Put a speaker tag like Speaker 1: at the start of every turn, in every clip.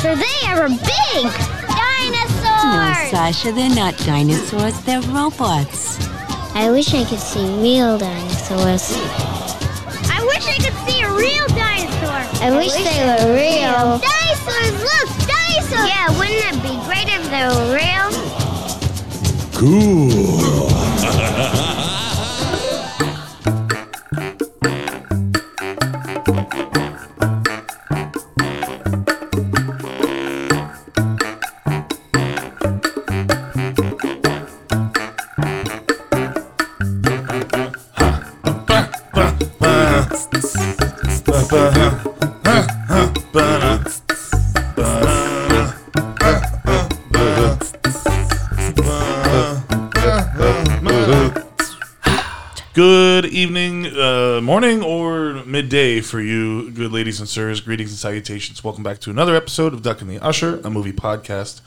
Speaker 1: for they are big dinosaurs.
Speaker 2: No, Sasha, they're not dinosaurs, they're robots.
Speaker 3: I wish I could see real dinosaurs.
Speaker 1: I wish I could see a real dinosaur.
Speaker 3: I, wish, they were real.
Speaker 1: Dinosaurs, look, dinosaurs.
Speaker 4: Yeah, wouldn't it be great if they were real?
Speaker 5: Cool.
Speaker 6: Good evening, uh, morning, or midday for you, good ladies and sirs. Greetings and salutations. Welcome back to another episode of Duck and the Usher, a movie podcast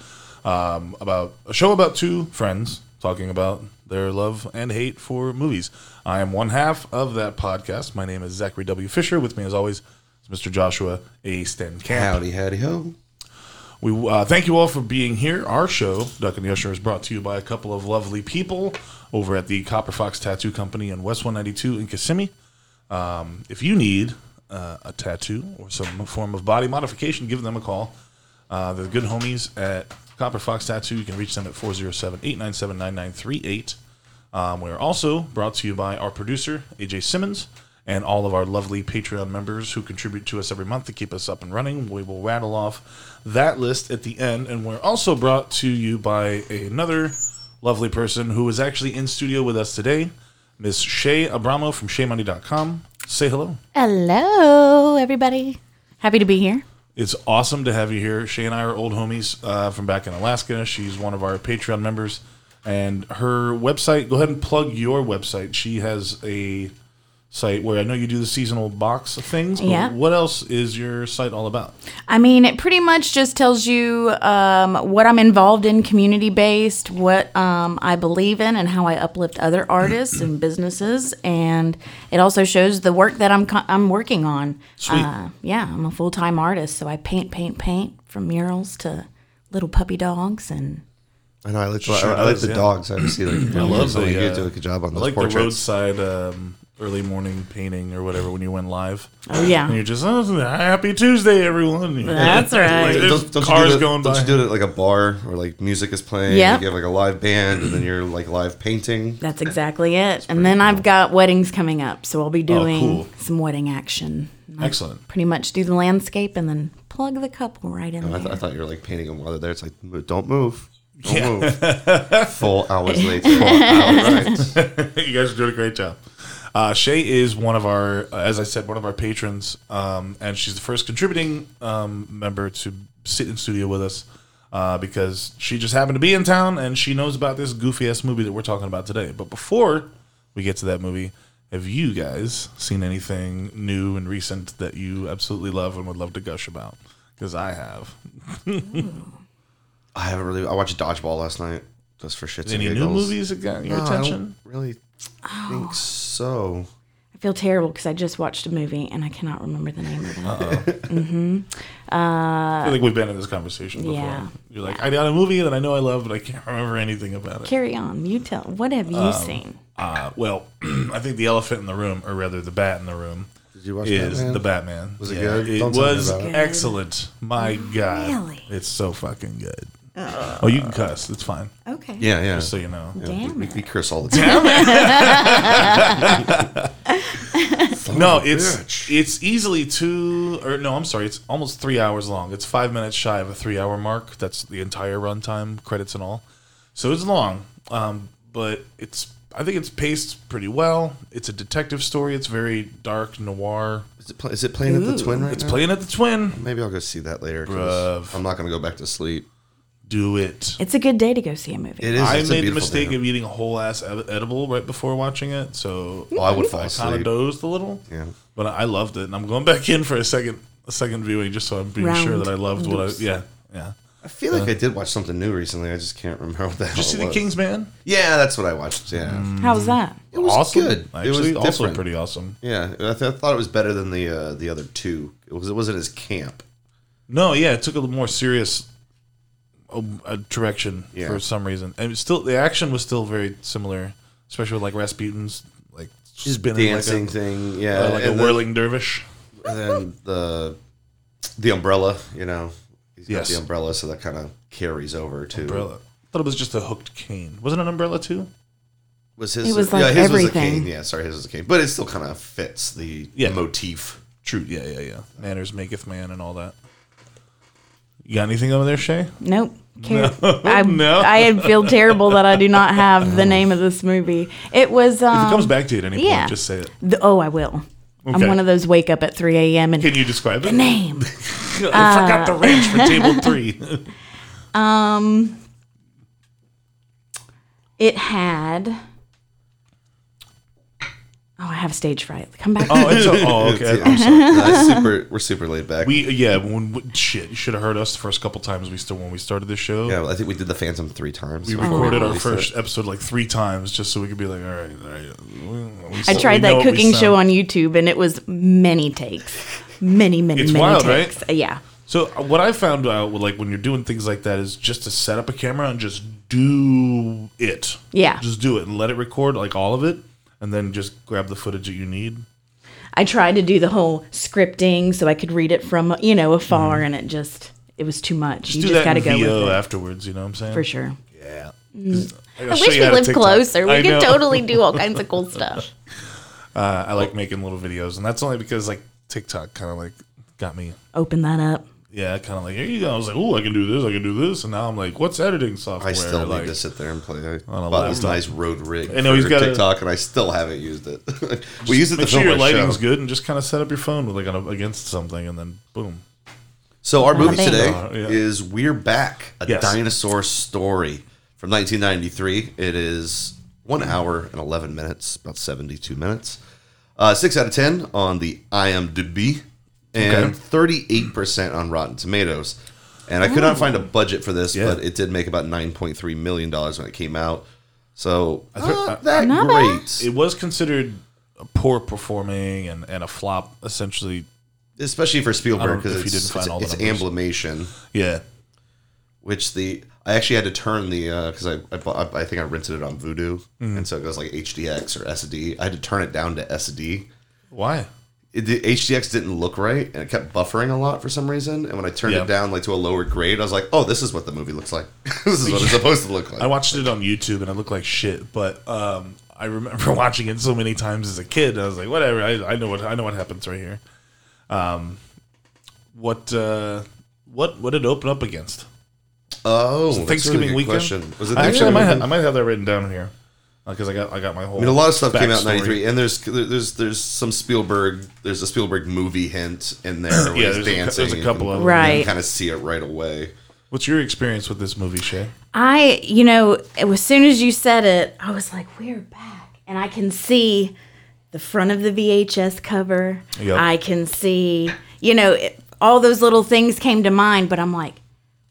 Speaker 6: um, about a show about two friends talking about their love and hate for movies. I am one half of that podcast. My name is Zachary W. Fisher. With me, as always, is Mr. Joshua A. Stenkamp.
Speaker 5: Howdy, howdy, ho.
Speaker 6: We uh, thank you all for being here. Our show, Duck and the Usher, is brought to you by a couple of lovely people over at the Copper Fox Tattoo Company in West 192 in Kissimmee. Um, if you need uh, a tattoo or some form of body modification, give them a call. Uh, they're the good homies at Copper Fox Tattoo. You can reach them at 407 897 9938. Um, we are also brought to you by our producer, AJ Simmons, and all of our lovely Patreon members who contribute to us every month to keep us up and running. We will rattle off that list at the end. And we're also brought to you by another lovely person who is actually in studio with us today, Miss Shay Abramo from ShayMoney.com. Say hello.
Speaker 7: Hello, everybody. Happy to be here.
Speaker 6: It's awesome to have you here. Shay and I are old homies uh, from back in Alaska. She's one of our Patreon members. And her website, go ahead and plug your website. She has a site where I know you do the seasonal box of things. But
Speaker 7: Yeah.
Speaker 6: What else is your site all about?
Speaker 7: I mean, it pretty much just tells you um, what I'm involved in community based, what um, I believe in, and how I uplift other artists and businesses. And it also shows the work that I'm, co- I'm working on.
Speaker 6: Sweet.
Speaker 7: Uh, yeah, I'm a full time artist, so I paint, paint, paint from murals to little puppy dogs and
Speaker 5: I know I like,
Speaker 6: Sure
Speaker 5: I, I like
Speaker 6: does,
Speaker 5: the
Speaker 6: yeah.
Speaker 5: dogs. I always see like I
Speaker 6: love
Speaker 5: like
Speaker 6: the,
Speaker 5: you
Speaker 6: uh,
Speaker 5: do a good job on
Speaker 6: I
Speaker 5: those
Speaker 6: like the
Speaker 5: portraits.
Speaker 6: roadside um, early morning painting or whatever when you went live.
Speaker 7: oh yeah,
Speaker 6: And you're just, oh, happy Tuesday, everyone.
Speaker 7: that's right.
Speaker 6: Like, there's
Speaker 5: Don't, don't
Speaker 6: cars
Speaker 5: you do that,
Speaker 6: going
Speaker 5: don't
Speaker 6: by.
Speaker 5: you do it at like a bar where like music is playing?
Speaker 7: Yep.
Speaker 5: You have like a live band and then you're like live painting.
Speaker 7: That's exactly it. And then I've got weddings coming up, so I'll be doing
Speaker 6: cool.
Speaker 7: some wedding action.
Speaker 6: Excellent.
Speaker 7: Pretty much do the landscape and then plug the couple right
Speaker 6: Oh,
Speaker 7: in
Speaker 5: I,
Speaker 7: there.
Speaker 5: th- I thought you were like painting them while they're there. It's like, "Mo- don't move. Don't move. Four hours later. Four hours. Right.
Speaker 6: you guys are doing a great job. Uh, Shay is one of our, uh, as I said, one of our patrons, um, and she's the first contributing um, member to sit in studio with us uh, because she just happened to be in town and she knows about this goofy ass movie that we're talking about today. But before we get to that movie, have you guys seen anything new and recent that you absolutely love and would love to gush about? Because I have.
Speaker 5: I haven't really. I watched Dodgeball last night just for shits and
Speaker 6: Any new
Speaker 5: giggles.
Speaker 6: movies that got your
Speaker 5: No, I
Speaker 6: attention? Oh.
Speaker 5: don't really think so.
Speaker 7: I feel terrible because I just watched a movie and I cannot remember the name of it.
Speaker 6: I feel like we've been in this conversation before.
Speaker 7: Yeah.
Speaker 6: You're like, I got a movie that I know I love, but I can't remember anything about it.
Speaker 7: Carry on. You tell. What have
Speaker 6: Oh.
Speaker 7: you seen?
Speaker 6: Uh, well, I think the elephant in the room, or rather the bat in the room,
Speaker 5: Did you watch
Speaker 6: is
Speaker 5: Batman?
Speaker 6: the Batman.
Speaker 5: Was it good?
Speaker 6: It
Speaker 5: Don't tell me
Speaker 6: was
Speaker 5: about it.
Speaker 6: excellent. My God.
Speaker 7: Really? Uh.
Speaker 6: It's so fucking good. oh, you can cuss. It's fine.
Speaker 7: Okay.
Speaker 5: Yeah, yeah.
Speaker 6: Just so you know.
Speaker 5: Yeah, we-
Speaker 7: Damn
Speaker 5: we,
Speaker 7: it.
Speaker 5: we curse all the time.
Speaker 6: No, it's
Speaker 5: bitch.
Speaker 6: it's easily two or no, I'm sorry, it's almost three hours long. It's five minutes shy of a three hour mark. That's the entire runtime, credits and all. So it's long, um, but it's I think it's paced pretty well. It's a detective story. It's very dark noir.
Speaker 5: Is it, pl- is it playing at the Twin right
Speaker 6: It's
Speaker 5: now?
Speaker 6: playing at the Twin.
Speaker 5: Maybe I'll go see that later. 'cause
Speaker 6: Bruv.
Speaker 5: I'm not going to go back to sleep.
Speaker 6: Do it.
Speaker 7: It's a good day to go see a movie.
Speaker 5: It is.
Speaker 6: I
Speaker 5: it's a
Speaker 6: made the
Speaker 5: beautiful
Speaker 6: mistake
Speaker 5: day.
Speaker 6: of eating a whole ass ed- edible right before watching it, so
Speaker 5: Oh, I would fall
Speaker 6: I kind of
Speaker 5: asleep.
Speaker 6: dozed a little.
Speaker 5: Yeah.
Speaker 6: but I loved it, and I'm going back in for a second a second viewing just so I'm being sure
Speaker 7: Round.
Speaker 6: that I loved what I yeah yeah.
Speaker 5: I feel like I did watch something new recently. I just can't remember what the hell
Speaker 6: Did you see
Speaker 5: Oh, it
Speaker 6: the
Speaker 5: was.
Speaker 6: King's Mm. Man?
Speaker 5: Yeah, that's what I watched. Yeah,
Speaker 7: How's that?
Speaker 5: it was
Speaker 6: awesome.
Speaker 5: good.
Speaker 6: Actually,
Speaker 5: it was
Speaker 6: also
Speaker 5: different.
Speaker 6: pretty awesome.
Speaker 5: Yeah, I, th- I thought it was better than the uh, the other two. It was it wasn't as camp
Speaker 6: No, yeah, it took a little more serious um, uh, direction
Speaker 5: Yeah.
Speaker 6: for some reason, and it's still the action was still very similar, especially with like Rasputin's like spinning
Speaker 5: dancing
Speaker 6: like
Speaker 5: thing,
Speaker 6: a,
Speaker 5: yeah,
Speaker 6: uh, like a
Speaker 5: and then-
Speaker 6: whirling dervish.
Speaker 5: and then the the umbrella, you know, he's got
Speaker 6: Yes.
Speaker 5: the umbrella, so that kind of carries over to
Speaker 6: Umbrella. I thought it was just a hooked cane. Wasn't it an umbrella too?
Speaker 5: Was his?
Speaker 7: It was
Speaker 5: yeah,
Speaker 7: like
Speaker 5: his was a
Speaker 7: everything.
Speaker 5: cane. Yeah, sorry, his was a cane, but it still kind of fits the
Speaker 6: Yeah.
Speaker 5: motif.
Speaker 6: True. Yeah, yeah, yeah. Manners maketh man, and all that. You got anything over there, Shay?
Speaker 7: Nope. Care- I,
Speaker 6: No. Oh.
Speaker 7: I feel terrible that I do not have the name of this movie. It was. Um,
Speaker 6: if it comes back to you at any
Speaker 7: yeah.
Speaker 6: point, just say it.
Speaker 7: the- oh, I will.
Speaker 6: Okay.
Speaker 7: I'm one of those wake up at 3 a.m. and
Speaker 6: Can you describe it?
Speaker 7: name.
Speaker 6: I forgot the ranch for table three.
Speaker 7: Um, it had. Oh, I have stage fright. Come back.
Speaker 6: oh, it's a, oh,
Speaker 5: It's-
Speaker 6: okay.
Speaker 5: yeah, I'm sorry. No, it's super, we're super laid back.
Speaker 6: We yeah, when we, shit, you should have heard us the first couple times we still when we started this show.
Speaker 5: yeah, I think we did the Phantom three times.
Speaker 6: We
Speaker 5: before
Speaker 6: recorded our
Speaker 5: released it.
Speaker 6: first episode like three times just so we could be like, all right, all right. we- we-
Speaker 7: I
Speaker 6: we
Speaker 7: tried
Speaker 6: know
Speaker 7: that
Speaker 6: what we
Speaker 7: cooking
Speaker 6: sound.
Speaker 7: show on YouTube, and it was many takes, many, many,
Speaker 6: It's
Speaker 7: many
Speaker 6: wild,
Speaker 7: takes. Yeah,
Speaker 6: So uh, what I found out, like when you're doing things like that, is just to set up a camera and just do it.
Speaker 7: Yeah.
Speaker 6: just do it and let it record like all of it, and then just grab the footage that you need.
Speaker 7: I tried to do the whole scripting so I could read it from you know afar, and it just it was too much. you
Speaker 6: Mm-hmm. do
Speaker 7: just
Speaker 6: that
Speaker 7: got to
Speaker 6: in uh,
Speaker 7: go
Speaker 6: VO
Speaker 7: with it
Speaker 6: afterwards. You know what I'm saying?
Speaker 7: for sure.
Speaker 6: I,
Speaker 4: I wish we lived closer. We could totally do all kinds of cool stuff.
Speaker 6: Uh, I like making little videos, and that's only because like TikTok kind of like got me.
Speaker 7: Open that up.
Speaker 6: Yeah, kind of like here you go. I was like, oh, I can do this, I can do this, and now I'm like, what's editing software?
Speaker 5: I still
Speaker 6: like,
Speaker 5: need to sit there and play. I
Speaker 6: a
Speaker 5: bought this
Speaker 6: laptop.
Speaker 5: nice Rode rig
Speaker 6: I know he's
Speaker 5: for
Speaker 6: got a-
Speaker 5: TikTok, and I still haven't used it. we used it to
Speaker 6: Make sure
Speaker 5: film
Speaker 6: your
Speaker 5: our show.
Speaker 6: lighting's good, and just kind of set up your phone with like on a, against something, and then boom.
Speaker 5: So our movie
Speaker 7: thank
Speaker 5: today
Speaker 6: God, Uh, yeah.
Speaker 5: is We're Back, a
Speaker 6: Yes.
Speaker 5: dinosaur story from 1993. It is one hour and 11 minutes, about 72 minutes. Uh, six out of 10 on the IMDb and 38% on Rotten Tomatoes. And I could not find a budget for this,
Speaker 6: Yeah.
Speaker 5: but it did make about $9.3 million when it came out. So
Speaker 6: thought-
Speaker 5: not that great,
Speaker 6: uh, It was considered a poor performing and, and a flop essentially.
Speaker 5: especially for
Speaker 6: I
Speaker 5: Spielberg
Speaker 6: don't know if
Speaker 5: because
Speaker 6: you didn't
Speaker 5: it's,
Speaker 6: find
Speaker 5: it's,
Speaker 6: all the
Speaker 5: it's
Speaker 6: numbers.
Speaker 5: amblimation.
Speaker 6: Yeah,
Speaker 5: which the I actually had to turn the because I I, bought, I think I rented it on Voodoo
Speaker 6: Mm-hmm.
Speaker 5: and so it goes like HDX or SD. I had to turn it down to SD.
Speaker 6: why?
Speaker 5: It, the HDX didn't look right and it kept buffering a lot for some reason. And when I turned
Speaker 6: Yeah.
Speaker 5: it down like to a lower grade, I was like, oh, this is what the movie looks like. this is what it's supposed to look like.
Speaker 6: I watched it on YouTube and it looked like shit, but um, I remember watching it so many times as a kid. I was like, whatever. I, I know what I know what happens right here. Um, what uh, what what did it open up against?
Speaker 5: oh, that's a
Speaker 6: Thanksgiving
Speaker 5: good
Speaker 6: weekend.
Speaker 5: Question. Was it
Speaker 6: I actually, I
Speaker 5: Thanksgiving?
Speaker 6: might, have,
Speaker 5: weekend?
Speaker 6: I might have that written down here because I got I got my whole.
Speaker 5: I mean, a lot of stuff came out in
Speaker 6: backstory.
Speaker 5: '93, and there's there's there's some Spielberg, there's a Spielberg movie hint in there. Where
Speaker 6: Yeah,
Speaker 5: he's
Speaker 6: there's a cou-
Speaker 5: dancing.
Speaker 6: there's a couple of them,
Speaker 7: Right.
Speaker 5: You kind of see it right away.
Speaker 6: What's your experience with this movie, Shay?
Speaker 7: I, you know, it- as soon as you said it, I was like, we're back. And I can see the front of the VHS cover.
Speaker 6: Yep.
Speaker 7: I can see, you know, it, all those little things came to mind, but I'm like,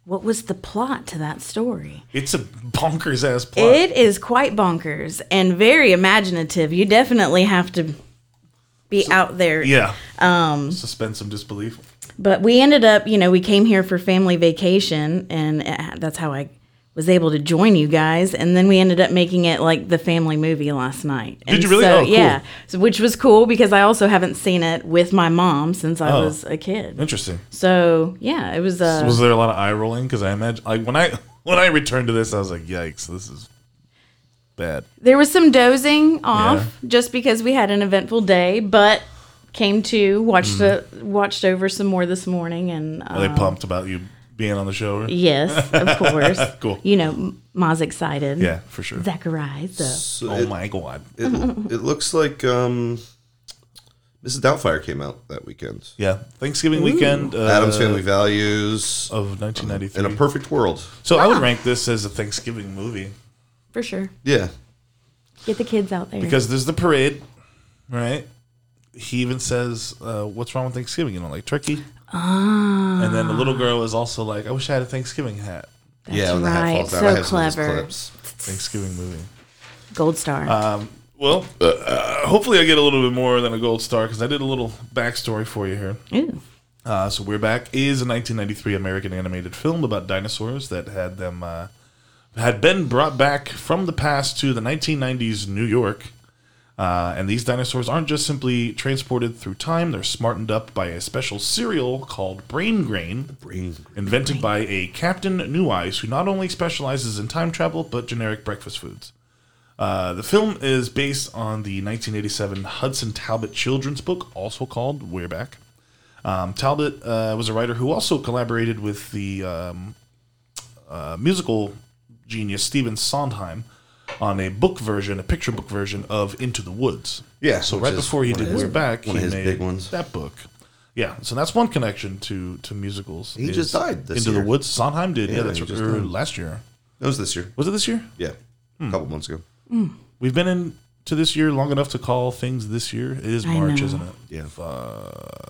Speaker 7: what was the plot to that story?
Speaker 6: It's a bonkers ass plot.
Speaker 7: It is quite bonkers and very imaginative. You definitely have to be out there
Speaker 6: yeah. Um, Suspend some disbelief.
Speaker 7: but we ended up, you know, we came here for family vacation, and uh, that's how I was able to join you guys. And then we ended up making it like the family movie last night. And
Speaker 6: you really?
Speaker 7: So,
Speaker 6: Oh, cool.
Speaker 7: Yeah, so, which was cool because I also haven't seen it with my mom since I
Speaker 6: Oh.
Speaker 7: was a kid.
Speaker 6: Interesting.
Speaker 7: So yeah, it was. Uh,
Speaker 6: was there a lot of eye rolling? Because I imagine, like when I when I returned to this, I was like, "Yikes, this is bad."
Speaker 7: there was some dozing off just because we had an eventful day, but came to watched
Speaker 6: Mm.
Speaker 7: the, watched over some more this morning and. Uh,
Speaker 6: Are they pumped about you being on the show? or-
Speaker 7: Yes, of course.
Speaker 6: Cool.
Speaker 7: You know, Ma's excited.
Speaker 6: Yeah, for sure.
Speaker 7: Zachariah. So.
Speaker 5: So
Speaker 6: oh
Speaker 5: it-
Speaker 6: my god.
Speaker 5: It, it looks like um, Mrs. Doubtfire came out that weekend.
Speaker 6: Yeah, Thanksgiving weekend uh,
Speaker 5: Adam's Family Values
Speaker 6: of
Speaker 5: in a
Speaker 6: 1993.
Speaker 5: perfect world.
Speaker 6: so I would rank this as a Thanksgiving movie
Speaker 7: For sure.
Speaker 5: Yeah,
Speaker 7: Get the kids out there.
Speaker 6: because there's the parade, right? He even says, uh, "What's wrong with Thanksgiving? You don't like turkey?" Ah. And then the little girl is also like, "I wish I had a Thanksgiving hat."
Speaker 5: yeah. When
Speaker 7: right.
Speaker 5: I
Speaker 7: So
Speaker 5: have some of those
Speaker 7: clever.
Speaker 5: clips.
Speaker 6: Thanksgiving movie.
Speaker 7: Gold Star.
Speaker 6: Well, uh, uh, hopefully I get a little bit more than a gold star because I did a little backstory for you here.
Speaker 7: Ooh.
Speaker 6: Uh, so we're back is a 1993 American animated film about dinosaurs that had them uh, had been brought back from the past to the 1990s New York. Uh, and these dinosaurs aren't just simply transported through time; they're smartened up by a special cereal called brain grain, invented by a Captain New Eyes, who not only specializes in time travel but generic breakfast foods. Uh, the film is based on the 1987 Hudson Talbot children's book, also called We're Back. Um, Talbot uh, was a writer who also collaborated with the um, uh, musical genius Stephen Sondheim on a book version, a picture book version of Into the Woods.
Speaker 5: Yeah,
Speaker 6: So
Speaker 5: which
Speaker 6: right
Speaker 5: is
Speaker 6: before he
Speaker 5: one of
Speaker 6: did
Speaker 5: his-
Speaker 6: We're Back,
Speaker 5: one of
Speaker 6: he
Speaker 5: his
Speaker 6: made
Speaker 5: big ones.
Speaker 6: that book. Yeah, so that's one connection to to musicals.
Speaker 5: He
Speaker 6: is
Speaker 5: just died this
Speaker 6: Into
Speaker 5: year.
Speaker 6: the Woods. Sondheim did. Yeah,
Speaker 5: Yeah,
Speaker 6: that's
Speaker 5: he just
Speaker 6: or
Speaker 5: died.
Speaker 6: last year.
Speaker 5: That was this year.
Speaker 6: Was it this year?
Speaker 5: Yeah,
Speaker 6: Hmm.
Speaker 5: a couple months ago.
Speaker 6: We've been in to this year long enough to call things this year. It is March, isn't it?
Speaker 5: Yeah.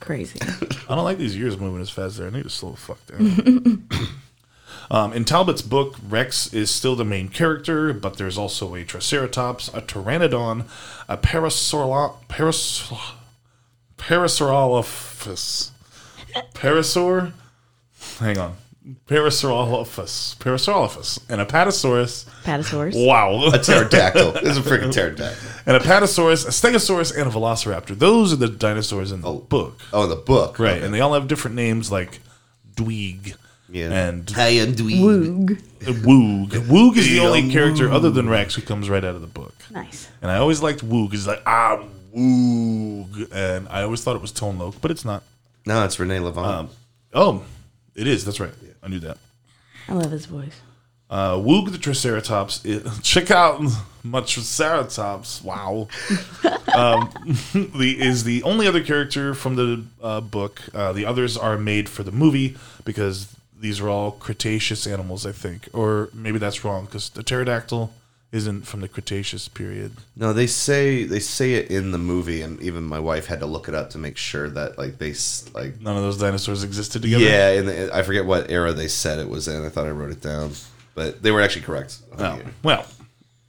Speaker 7: Crazy.
Speaker 6: I don't like these years moving as fast as they are. I need to slow the fuck down. um, in Talbot's book, Rex is still the main character, but there's also a Triceratops, a Pteranodon, a Parasaurolo- Paras- Parasaurolophus. Parasaur? Hang on. Parasaurolophus. Parasaurolophus. And a Patasaurus.
Speaker 7: Patasaurus.
Speaker 6: Wow.
Speaker 5: A pterodactyl. it's a freaking pterodactyl.
Speaker 6: and a Patasaurus, a Stegosaurus, and a Velociraptor. Those are the dinosaurs in the book.
Speaker 5: Oh, in the book.
Speaker 6: Right. And they all have different names like Dweeg
Speaker 5: Yeah.
Speaker 6: and
Speaker 5: Hey, and we.
Speaker 6: Woog. Woog is the only
Speaker 5: Yeah,
Speaker 6: character other than Rex who comes right out of the book.
Speaker 7: Nice.
Speaker 6: And I always liked Woog. He's like, ah, Woog. And I always thought it was Tone Loc, but it's not.
Speaker 5: No, it's Renee Levant.
Speaker 6: Oh, it is. That's right. I knew that.
Speaker 7: I love his voice.
Speaker 6: Uh, Woog the Triceratops. Is, check out my Triceratops. Wow. um, the, is the only other character from the uh, book. Uh, the others are made for the movie because these are all Cretaceous animals, I think. Or maybe that's wrong because the pterodactyl isn't from the Cretaceous period.
Speaker 5: no, they say they say it in the movie, and even my wife had to look it up to make sure that like they s- like
Speaker 6: None of those dinosaurs existed together.
Speaker 5: yeah, and I forget what era they said it was in. I thought I wrote it down, but they were actually correct.
Speaker 6: Oh, well,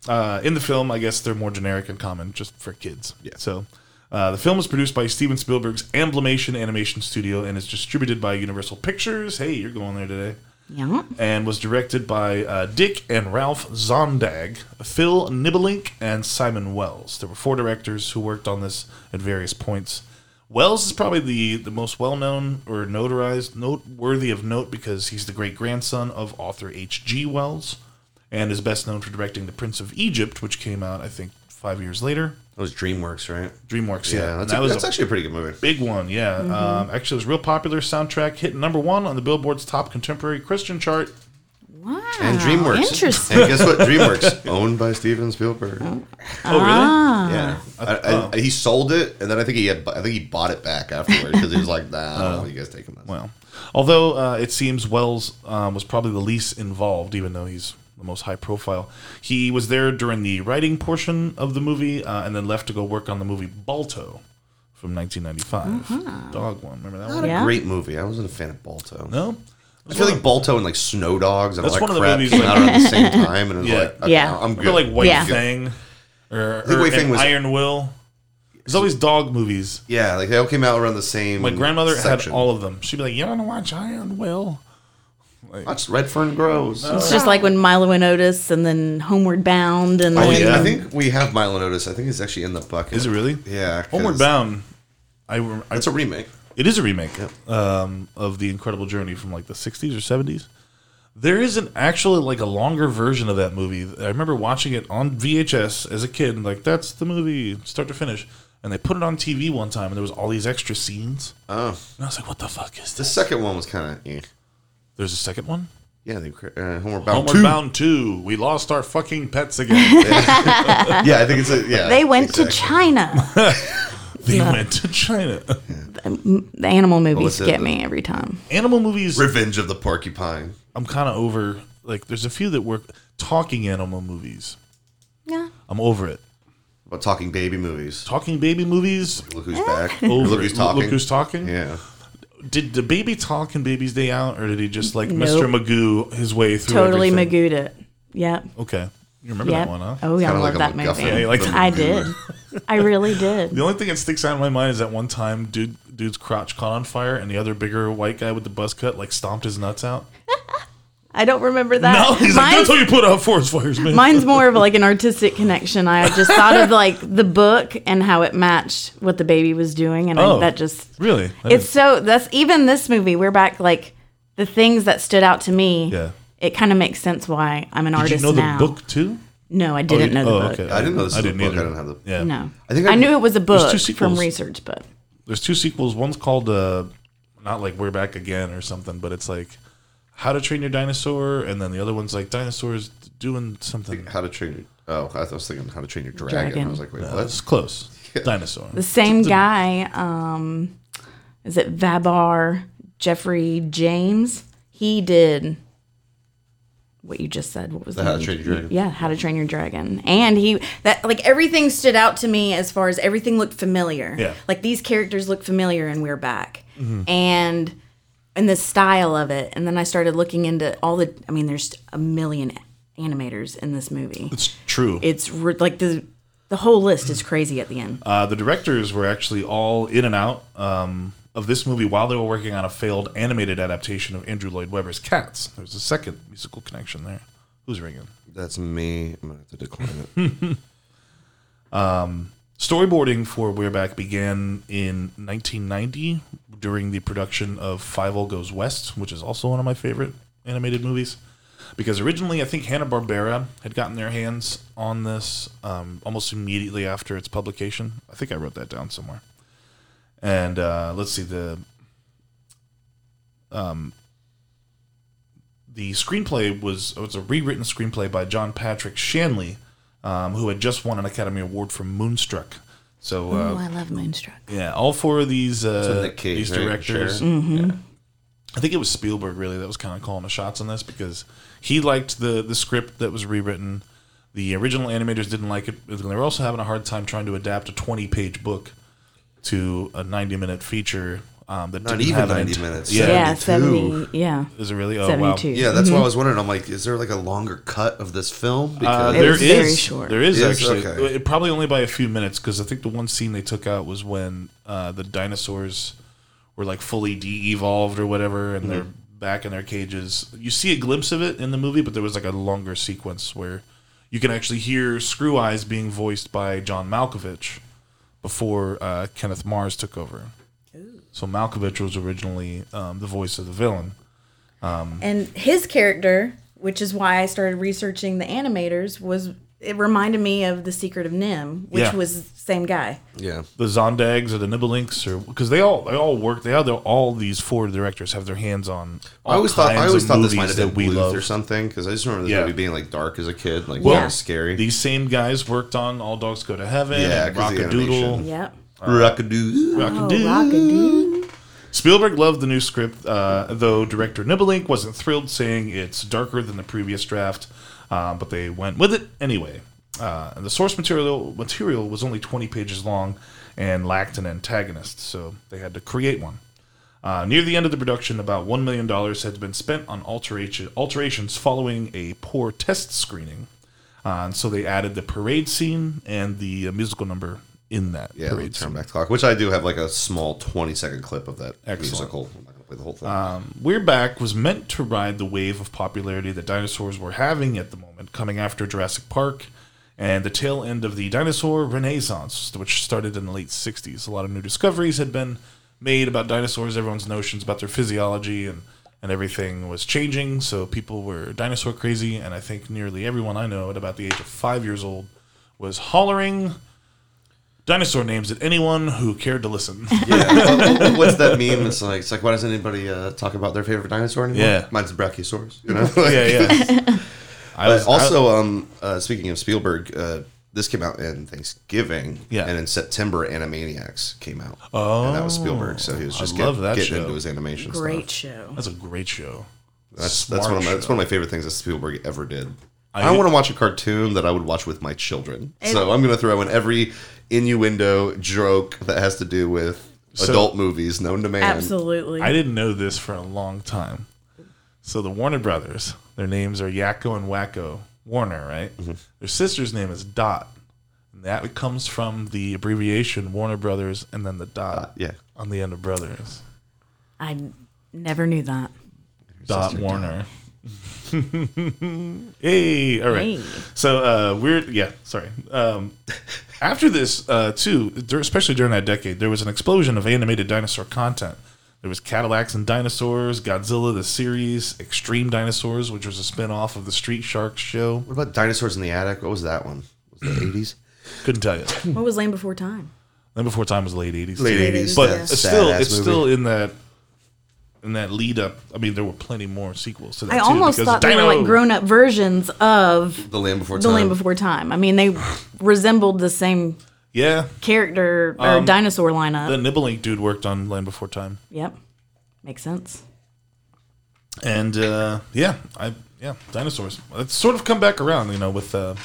Speaker 6: uh, in the film, I guess they're more generic and common just for kids. Yeah. So uh, the film was produced by Steven Spielberg's Amblimation Animation Studio and is distributed by Universal Pictures. Hey, you're going there today.
Speaker 7: Yeah.
Speaker 6: And was directed by uh, Dick and Ralph Zondag, Phil Nibelink, and Simon Wells. There were four directors who worked on this at various points. Wells is probably the, the most well known or notarized, noteworthy of note because he's the great grandson of author H.G. Wells and is best known for directing The Prince of Egypt, which came out, I think, five years later.
Speaker 5: It was DreamWorks, right?
Speaker 6: DreamWorks, yeah.
Speaker 5: Yeah,
Speaker 6: And
Speaker 5: that's,
Speaker 6: that
Speaker 5: a,
Speaker 6: was
Speaker 5: that's
Speaker 6: a
Speaker 5: actually Mm-hmm. a pretty good movie.
Speaker 6: big one, yeah. Um, actually, it was a real popular soundtrack, hitting number one on the Billboard's top contemporary Christian chart.
Speaker 7: Wow.
Speaker 5: And DreamWorks.
Speaker 7: Interesting. Ah.
Speaker 5: And guess what? DreamWorks owned by Steven Spielberg.
Speaker 6: Oh, really?
Speaker 5: Yeah, I, I,
Speaker 6: oh.
Speaker 5: he sold it, and then I think he had, I think he bought it back afterwards because he was like, "Nah, I don't want you guys taking that."
Speaker 6: Oh. Well, although uh, it seems Wells um, was probably the least involved, even though he's the most high profile, he was there during the writing portion of the movie uh, and then left to go work on the movie Balto from 1995. Dog one, remember that one?
Speaker 7: Yeah.
Speaker 5: Great movie. I wasn't a fan of Balto.
Speaker 6: No?
Speaker 5: I feel like Balto and like Snow Dogs and all
Speaker 6: That's
Speaker 5: that
Speaker 6: one of the
Speaker 5: crap
Speaker 6: movies,
Speaker 5: came
Speaker 6: like-
Speaker 5: out around the same time, and it was
Speaker 6: Yeah.
Speaker 5: like, okay,
Speaker 7: Yeah.
Speaker 5: I'm good.
Speaker 6: Remember like White
Speaker 7: Yeah.
Speaker 6: Thing or,
Speaker 5: think
Speaker 6: or
Speaker 5: White Fang
Speaker 6: and
Speaker 5: was-
Speaker 6: Iron Will? There's always dog movies.
Speaker 5: yeah, like they all came out around the same.
Speaker 6: My grandmother
Speaker 5: Mm, section.
Speaker 6: had all of them. She'd be like, "You want to watch Iron Will?"
Speaker 5: Watch Redfern grows.
Speaker 6: Oh,
Speaker 7: It's just like when Milo and Otis and then Homeward Bound and
Speaker 5: Oh,
Speaker 7: then
Speaker 5: yeah. I think we have Milo Notice. I think it's actually in the bucket.
Speaker 6: Is it really?
Speaker 5: Yeah. 'cause
Speaker 6: Homeward Bound. I, rem- I
Speaker 5: That's a remake.
Speaker 6: It is a remake um, of the Incredible Journey from like the '60s or '70s. There is an actually like a longer version of that movie. I remember watching it on VHS as a kid, and like that's the movie start to finish. And they put it on TV one time, and there was all these extra scenes.
Speaker 5: Oh,
Speaker 6: And I was like, "What the fuck is
Speaker 5: the
Speaker 6: this?"
Speaker 5: second one was kind of. Eh.
Speaker 6: There's a second one.
Speaker 5: Yeah, they, uh, Homeward Bound
Speaker 6: Homeward
Speaker 5: two.
Speaker 6: Bound Two. We lost our fucking pets again.
Speaker 5: Yeah, I think it's a, yeah.
Speaker 7: they went
Speaker 5: exactly.
Speaker 7: to China.
Speaker 6: they went to China.
Speaker 7: the animal movies
Speaker 5: was it?
Speaker 7: get me every time.
Speaker 6: Animal movies.
Speaker 5: Revenge of the Porcupine.
Speaker 6: I'm kind of over. Like, there's a few that work. Talking animal movies.
Speaker 7: Yeah.
Speaker 6: I'm over it.
Speaker 5: About talking baby movies.
Speaker 6: Talking baby movies.
Speaker 5: Look who's back.
Speaker 6: Over
Speaker 5: Look
Speaker 6: it.
Speaker 5: who's talking.
Speaker 6: Look who's talking.
Speaker 5: Yeah.
Speaker 6: Did the baby talk in Baby's Day Out, or did he just like
Speaker 7: Nope.
Speaker 6: Mr. Magoo his way through?
Speaker 7: Totally
Speaker 6: everything?
Speaker 7: Magooed it. Yep.
Speaker 6: Okay, you remember
Speaker 7: Yep.
Speaker 6: that one, huh?
Speaker 7: Oh, yeah. I
Speaker 5: Kinda
Speaker 7: love that
Speaker 5: like a MacGuffin.
Speaker 7: movie.
Speaker 6: Yeah, you like that
Speaker 7: I did. I really did.
Speaker 6: The only thing that sticks out in my mind is that one time, dude, dude's crotch caught on fire, and the other bigger white guy with the buzz cut like stomped his nuts out.
Speaker 7: I don't remember that.
Speaker 6: No, he's like,
Speaker 7: Uh, mine's,
Speaker 6: that's how you put out forest fires, man.
Speaker 7: mine's more of like an artistic connection. I just thought of like the book and how it matched what the baby was doing, and
Speaker 6: Oh.
Speaker 7: I, that just
Speaker 6: really? I
Speaker 7: it's so that's even this movie. We're back like the things that stood out to me.
Speaker 6: Yeah.
Speaker 7: it kind of makes sense why I'm an
Speaker 6: didn't-
Speaker 7: artist
Speaker 6: Did you know
Speaker 7: now.
Speaker 6: the book too? Oh,
Speaker 7: No, I didn't know the book.
Speaker 5: I didn't know this was a book. I don't have the-
Speaker 6: Yeah.
Speaker 7: No,
Speaker 5: I
Speaker 7: I
Speaker 5: think
Speaker 7: think
Speaker 5: I-
Speaker 7: I, knew it was a
Speaker 6: There's two
Speaker 7: book from
Speaker 6: sequels.
Speaker 7: research, but
Speaker 6: There's two sequels. One's called uh, not like We're Back Again or something, but it's like How to Train Your Dinosaur, and then the other one's like Dinosaurs Doing Something.
Speaker 5: How to Train Your. Oh, I was thinking How to Train Your Dragon. I
Speaker 7: Dragon.
Speaker 5: was like, wait,
Speaker 6: That's
Speaker 5: what?
Speaker 6: close. Dinosaur.
Speaker 7: the same guy, um, is it Vabar Jeffrey James? He did what you just said. What was
Speaker 5: The
Speaker 7: that?
Speaker 5: How to Train Your Dragon.
Speaker 7: Yeah, How to Train Your Dragon. And he that like everything stood out to me as far as everything looked familiar.
Speaker 6: Yeah.
Speaker 7: Like these characters look familiar and we're back.
Speaker 5: Mm-hmm.
Speaker 7: And and the style of it. And then I started looking into all the I mean there's a million animators in this movie.
Speaker 6: It's true.
Speaker 7: It's re- like the the whole list is crazy at the end.
Speaker 6: Uh, the directors were actually all in and out um, of this movie while they were working on a failed animated adaptation of Andrew Lloyd Webber's Cats. There's a second musical connection there. Who's ringing?
Speaker 5: That's me. I'm gonna have to decline
Speaker 6: Hmm.
Speaker 5: it.
Speaker 6: Storyboarding for We're Back began in 1990 during the production of Five O Goes West, which is also one of my favorite animated movies. Because originally, I think Hanna Barbera had gotten their hands on this um, almost immediately after its publication. I think I wrote that down somewhere. And uh, let's see the um, the screenplay was it was a rewritten screenplay by John Patrick Shanley, um, who had just won an Academy Award for Moonstruck. So uh,
Speaker 7: oh, I love Moonstruck.
Speaker 6: yeah, all four of these
Speaker 5: So
Speaker 6: uh,
Speaker 5: Nick Cage,
Speaker 6: these
Speaker 5: right?
Speaker 6: directors.
Speaker 7: Mm-hmm.
Speaker 5: Sure.
Speaker 6: I think it was Spielberg really that was kind of calling the shots on this because he liked the the script that was rewritten. The original animators didn't like it. and They were also having a hard time trying to adapt a 20 page book to a 90 minute feature um, that
Speaker 5: Not
Speaker 6: didn't
Speaker 5: even
Speaker 6: have an
Speaker 5: 90
Speaker 6: int-
Speaker 5: minutes.
Speaker 6: Yeah,
Speaker 7: Yeah,
Speaker 5: 72.
Speaker 7: 70. Yeah.
Speaker 6: is it really? Oh wow.
Speaker 7: 72.
Speaker 5: Yeah, that's why I was wondering. I'm like, is there like a longer cut of this film?
Speaker 6: Uh,
Speaker 5: Because
Speaker 6: there
Speaker 7: was very
Speaker 6: is-
Speaker 7: short.
Speaker 6: There is
Speaker 5: Is?
Speaker 6: actually
Speaker 5: Okay.
Speaker 6: it- probably only by a few minutes because I think the one scene they took out was when uh, the dinosaurs were like fully de-evolved or whatever,
Speaker 7: Hmm.
Speaker 6: and they're back in their cages. You see a glimpse of it in the movie, but there was like a longer sequence where you can actually hear Screw Eyes being voiced by John Malkovich before uh, Kenneth Mars took over. So Malkovich was originally um, the voice of the villain.
Speaker 7: And his character, which is why I started researching the animators, was it reminded me of The Secret of Nim, which
Speaker 6: Yeah.
Speaker 7: was the same guy.
Speaker 5: yeah,
Speaker 6: the Zondags or the Nibelunks or because they all they all work they all they're- all these four directors have their hands on.
Speaker 5: I always thought I
Speaker 6: kinds
Speaker 5: always
Speaker 6: of
Speaker 5: thought this might
Speaker 6: movies
Speaker 5: have been
Speaker 6: that we
Speaker 5: Bluth
Speaker 6: love.
Speaker 5: or something because I just remember this
Speaker 6: Yeah.
Speaker 5: movie being like dark as a kid, like
Speaker 6: Well,
Speaker 5: kind of scary.
Speaker 6: These same guys worked on All Dogs Go to Heaven,
Speaker 5: Yeah,
Speaker 6: and
Speaker 5: 'cause the
Speaker 6: Rockadoodle,
Speaker 5: animation.
Speaker 7: Yep.
Speaker 5: Rockadoo.
Speaker 7: Oh,
Speaker 6: Rockadoo. Spielberg loved the new script, uh, though director Nibelink wasn't thrilled, saying it's darker than the previous draft. Uh, but they went with it anyway. Uh, and the source material material was only 20 pages long and lacked an antagonist, so they had to create one. Uh, near the end of the production, about $1 million had been spent on alteration, alterations following a poor test screening. Uh, and so they added the parade scene and the uh, musical number in that
Speaker 5: Yeah,
Speaker 6: parade
Speaker 5: turn
Speaker 6: scene.
Speaker 5: back the clock, which I do have like a small 20 second clip of that
Speaker 6: Excellent. Um,
Speaker 5: musical. I'm not gonna play the whole thing.
Speaker 6: We're Back was meant to ride the wave of popularity that dinosaurs were having at the moment, coming after Jurassic Park and the tail end of the dinosaur renaissance, which started in the late 60s. A lot of new discoveries had been made about dinosaurs, everyone's notions about their physiology and, and everything was changing, so people were dinosaur crazy, and I think nearly everyone I know at about the age of five years old was hollering dinosaur names at anyone who cared to listen.
Speaker 5: yeah, what's that meme? It's like, it's like, why doesn't anybody uh, talk about their favorite dinosaur anymore?
Speaker 6: Yeah.
Speaker 5: mine's the Brachiosaurus. You know,
Speaker 6: yeah, yeah. I
Speaker 5: But
Speaker 6: was I-
Speaker 5: also, um, uh, speaking of Spielberg, uh, this came out in Thanksgiving,
Speaker 6: Yeah.
Speaker 5: and in September, Animaniacs came out. Oh, and that was Spielberg, so he was
Speaker 6: Oh, I
Speaker 5: just
Speaker 6: love
Speaker 5: get-
Speaker 6: that
Speaker 5: getting
Speaker 6: show.
Speaker 5: into his animation.
Speaker 7: Great
Speaker 5: stuff.
Speaker 7: show.
Speaker 6: That's a great show.
Speaker 5: That's, that's one of my that's one of my favorite things that Spielberg ever did. I,
Speaker 6: get-
Speaker 5: want to watch a cartoon that I would watch with my children, so I'm going to throw in every innuendo joke that has to do with adult movies known to man.
Speaker 7: Absolutely.
Speaker 6: I didn't know this for a long time. So the Warner brothers,
Speaker 5: Mm-hmm.
Speaker 6: their names are Yakko and Wacko Warner, right? Their sister's name is Dot. And And that comes from the abbreviation Warner Brothers and then the dot
Speaker 5: yeah.
Speaker 6: on the end of Brothers.
Speaker 7: I never knew that.
Speaker 6: Dot Warner. hey, all right.
Speaker 7: Hey.
Speaker 6: So uh, we're yeah, sorry. Um, after this, uh, too, dur- especially during that decade, there was an explosion of animated dinosaur content. There was Cadillacs and Dinosaurs, Godzilla the series, Extreme Dinosaurs, which was a spin off of the Street Sharks show.
Speaker 5: What about Dinosaurs in the Attic? What was that one? Was it 80s?
Speaker 6: Couldn't tell you.
Speaker 7: What was Lane Before Time?
Speaker 6: Then before time was late eighties.
Speaker 5: Late 80s,
Speaker 6: but
Speaker 5: yeah.
Speaker 6: it's still
Speaker 5: Sad-ass
Speaker 6: it's
Speaker 5: movie.
Speaker 6: still in that in that lead up. I mean, there were plenty more sequels to that.
Speaker 7: I
Speaker 6: too,
Speaker 7: almost
Speaker 6: because
Speaker 7: thought they were
Speaker 6: Dino-
Speaker 7: like grown up versions of
Speaker 5: The Land Before
Speaker 7: The
Speaker 5: Time.
Speaker 7: Land Before Time. I mean, they resembled the same
Speaker 6: Yeah,
Speaker 7: character or
Speaker 6: Um,
Speaker 7: dinosaur lineup.
Speaker 6: the Nibelink dude worked on Land Before Time,
Speaker 7: yep. Makes sense.
Speaker 6: and uh, yeah, I yeah dinosaurs. It's sort of come back around, you know, with uh,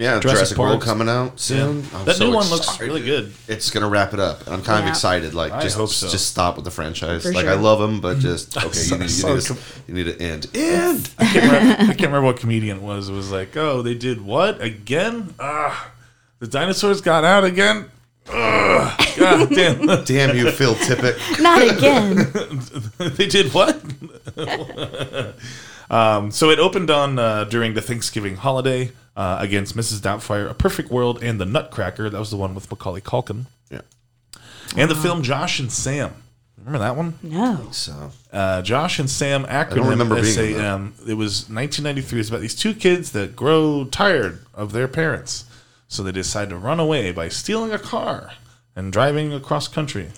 Speaker 5: Yeah,
Speaker 6: Jurassic
Speaker 5: Jurassic, World
Speaker 6: Park's-
Speaker 5: coming out soon. I'm
Speaker 6: that
Speaker 5: so
Speaker 6: new one looks
Speaker 5: excited.
Speaker 6: really good.
Speaker 5: It's gonna wrap it up, and I'm kind
Speaker 7: Yeah.
Speaker 5: of excited. Like,
Speaker 6: I
Speaker 5: just
Speaker 6: hope so.
Speaker 5: just stop with the franchise.
Speaker 7: For
Speaker 5: like,
Speaker 7: sure.
Speaker 5: I love them, but just okay.
Speaker 6: so-
Speaker 5: you, need,
Speaker 6: so
Speaker 5: you, need to,
Speaker 6: com-
Speaker 5: you need to end. End.
Speaker 6: I can't, remember, I can't remember what comedian it was. It was like, oh, they did what again? Ah, the dinosaurs got out again. Ugh, God damn.
Speaker 5: Damn you, Phil Tippett.
Speaker 7: Not again.
Speaker 6: they did what? um, so it opened on uh, during the Thanksgiving holiday uh, against Mrs. Doubtfire, A Perfect World, and The Nutcracker. That was the one with Macaulay Culkin,
Speaker 5: Yeah.
Speaker 6: and the film Josh and Sam. Remember that one?
Speaker 7: No.
Speaker 5: So
Speaker 6: Uh, Josh and Sam acronym
Speaker 5: remember being in that.
Speaker 6: SAM. It was 1993. It's about these two kids that grow tired of their parents, so they decide to run away by stealing a car and driving across country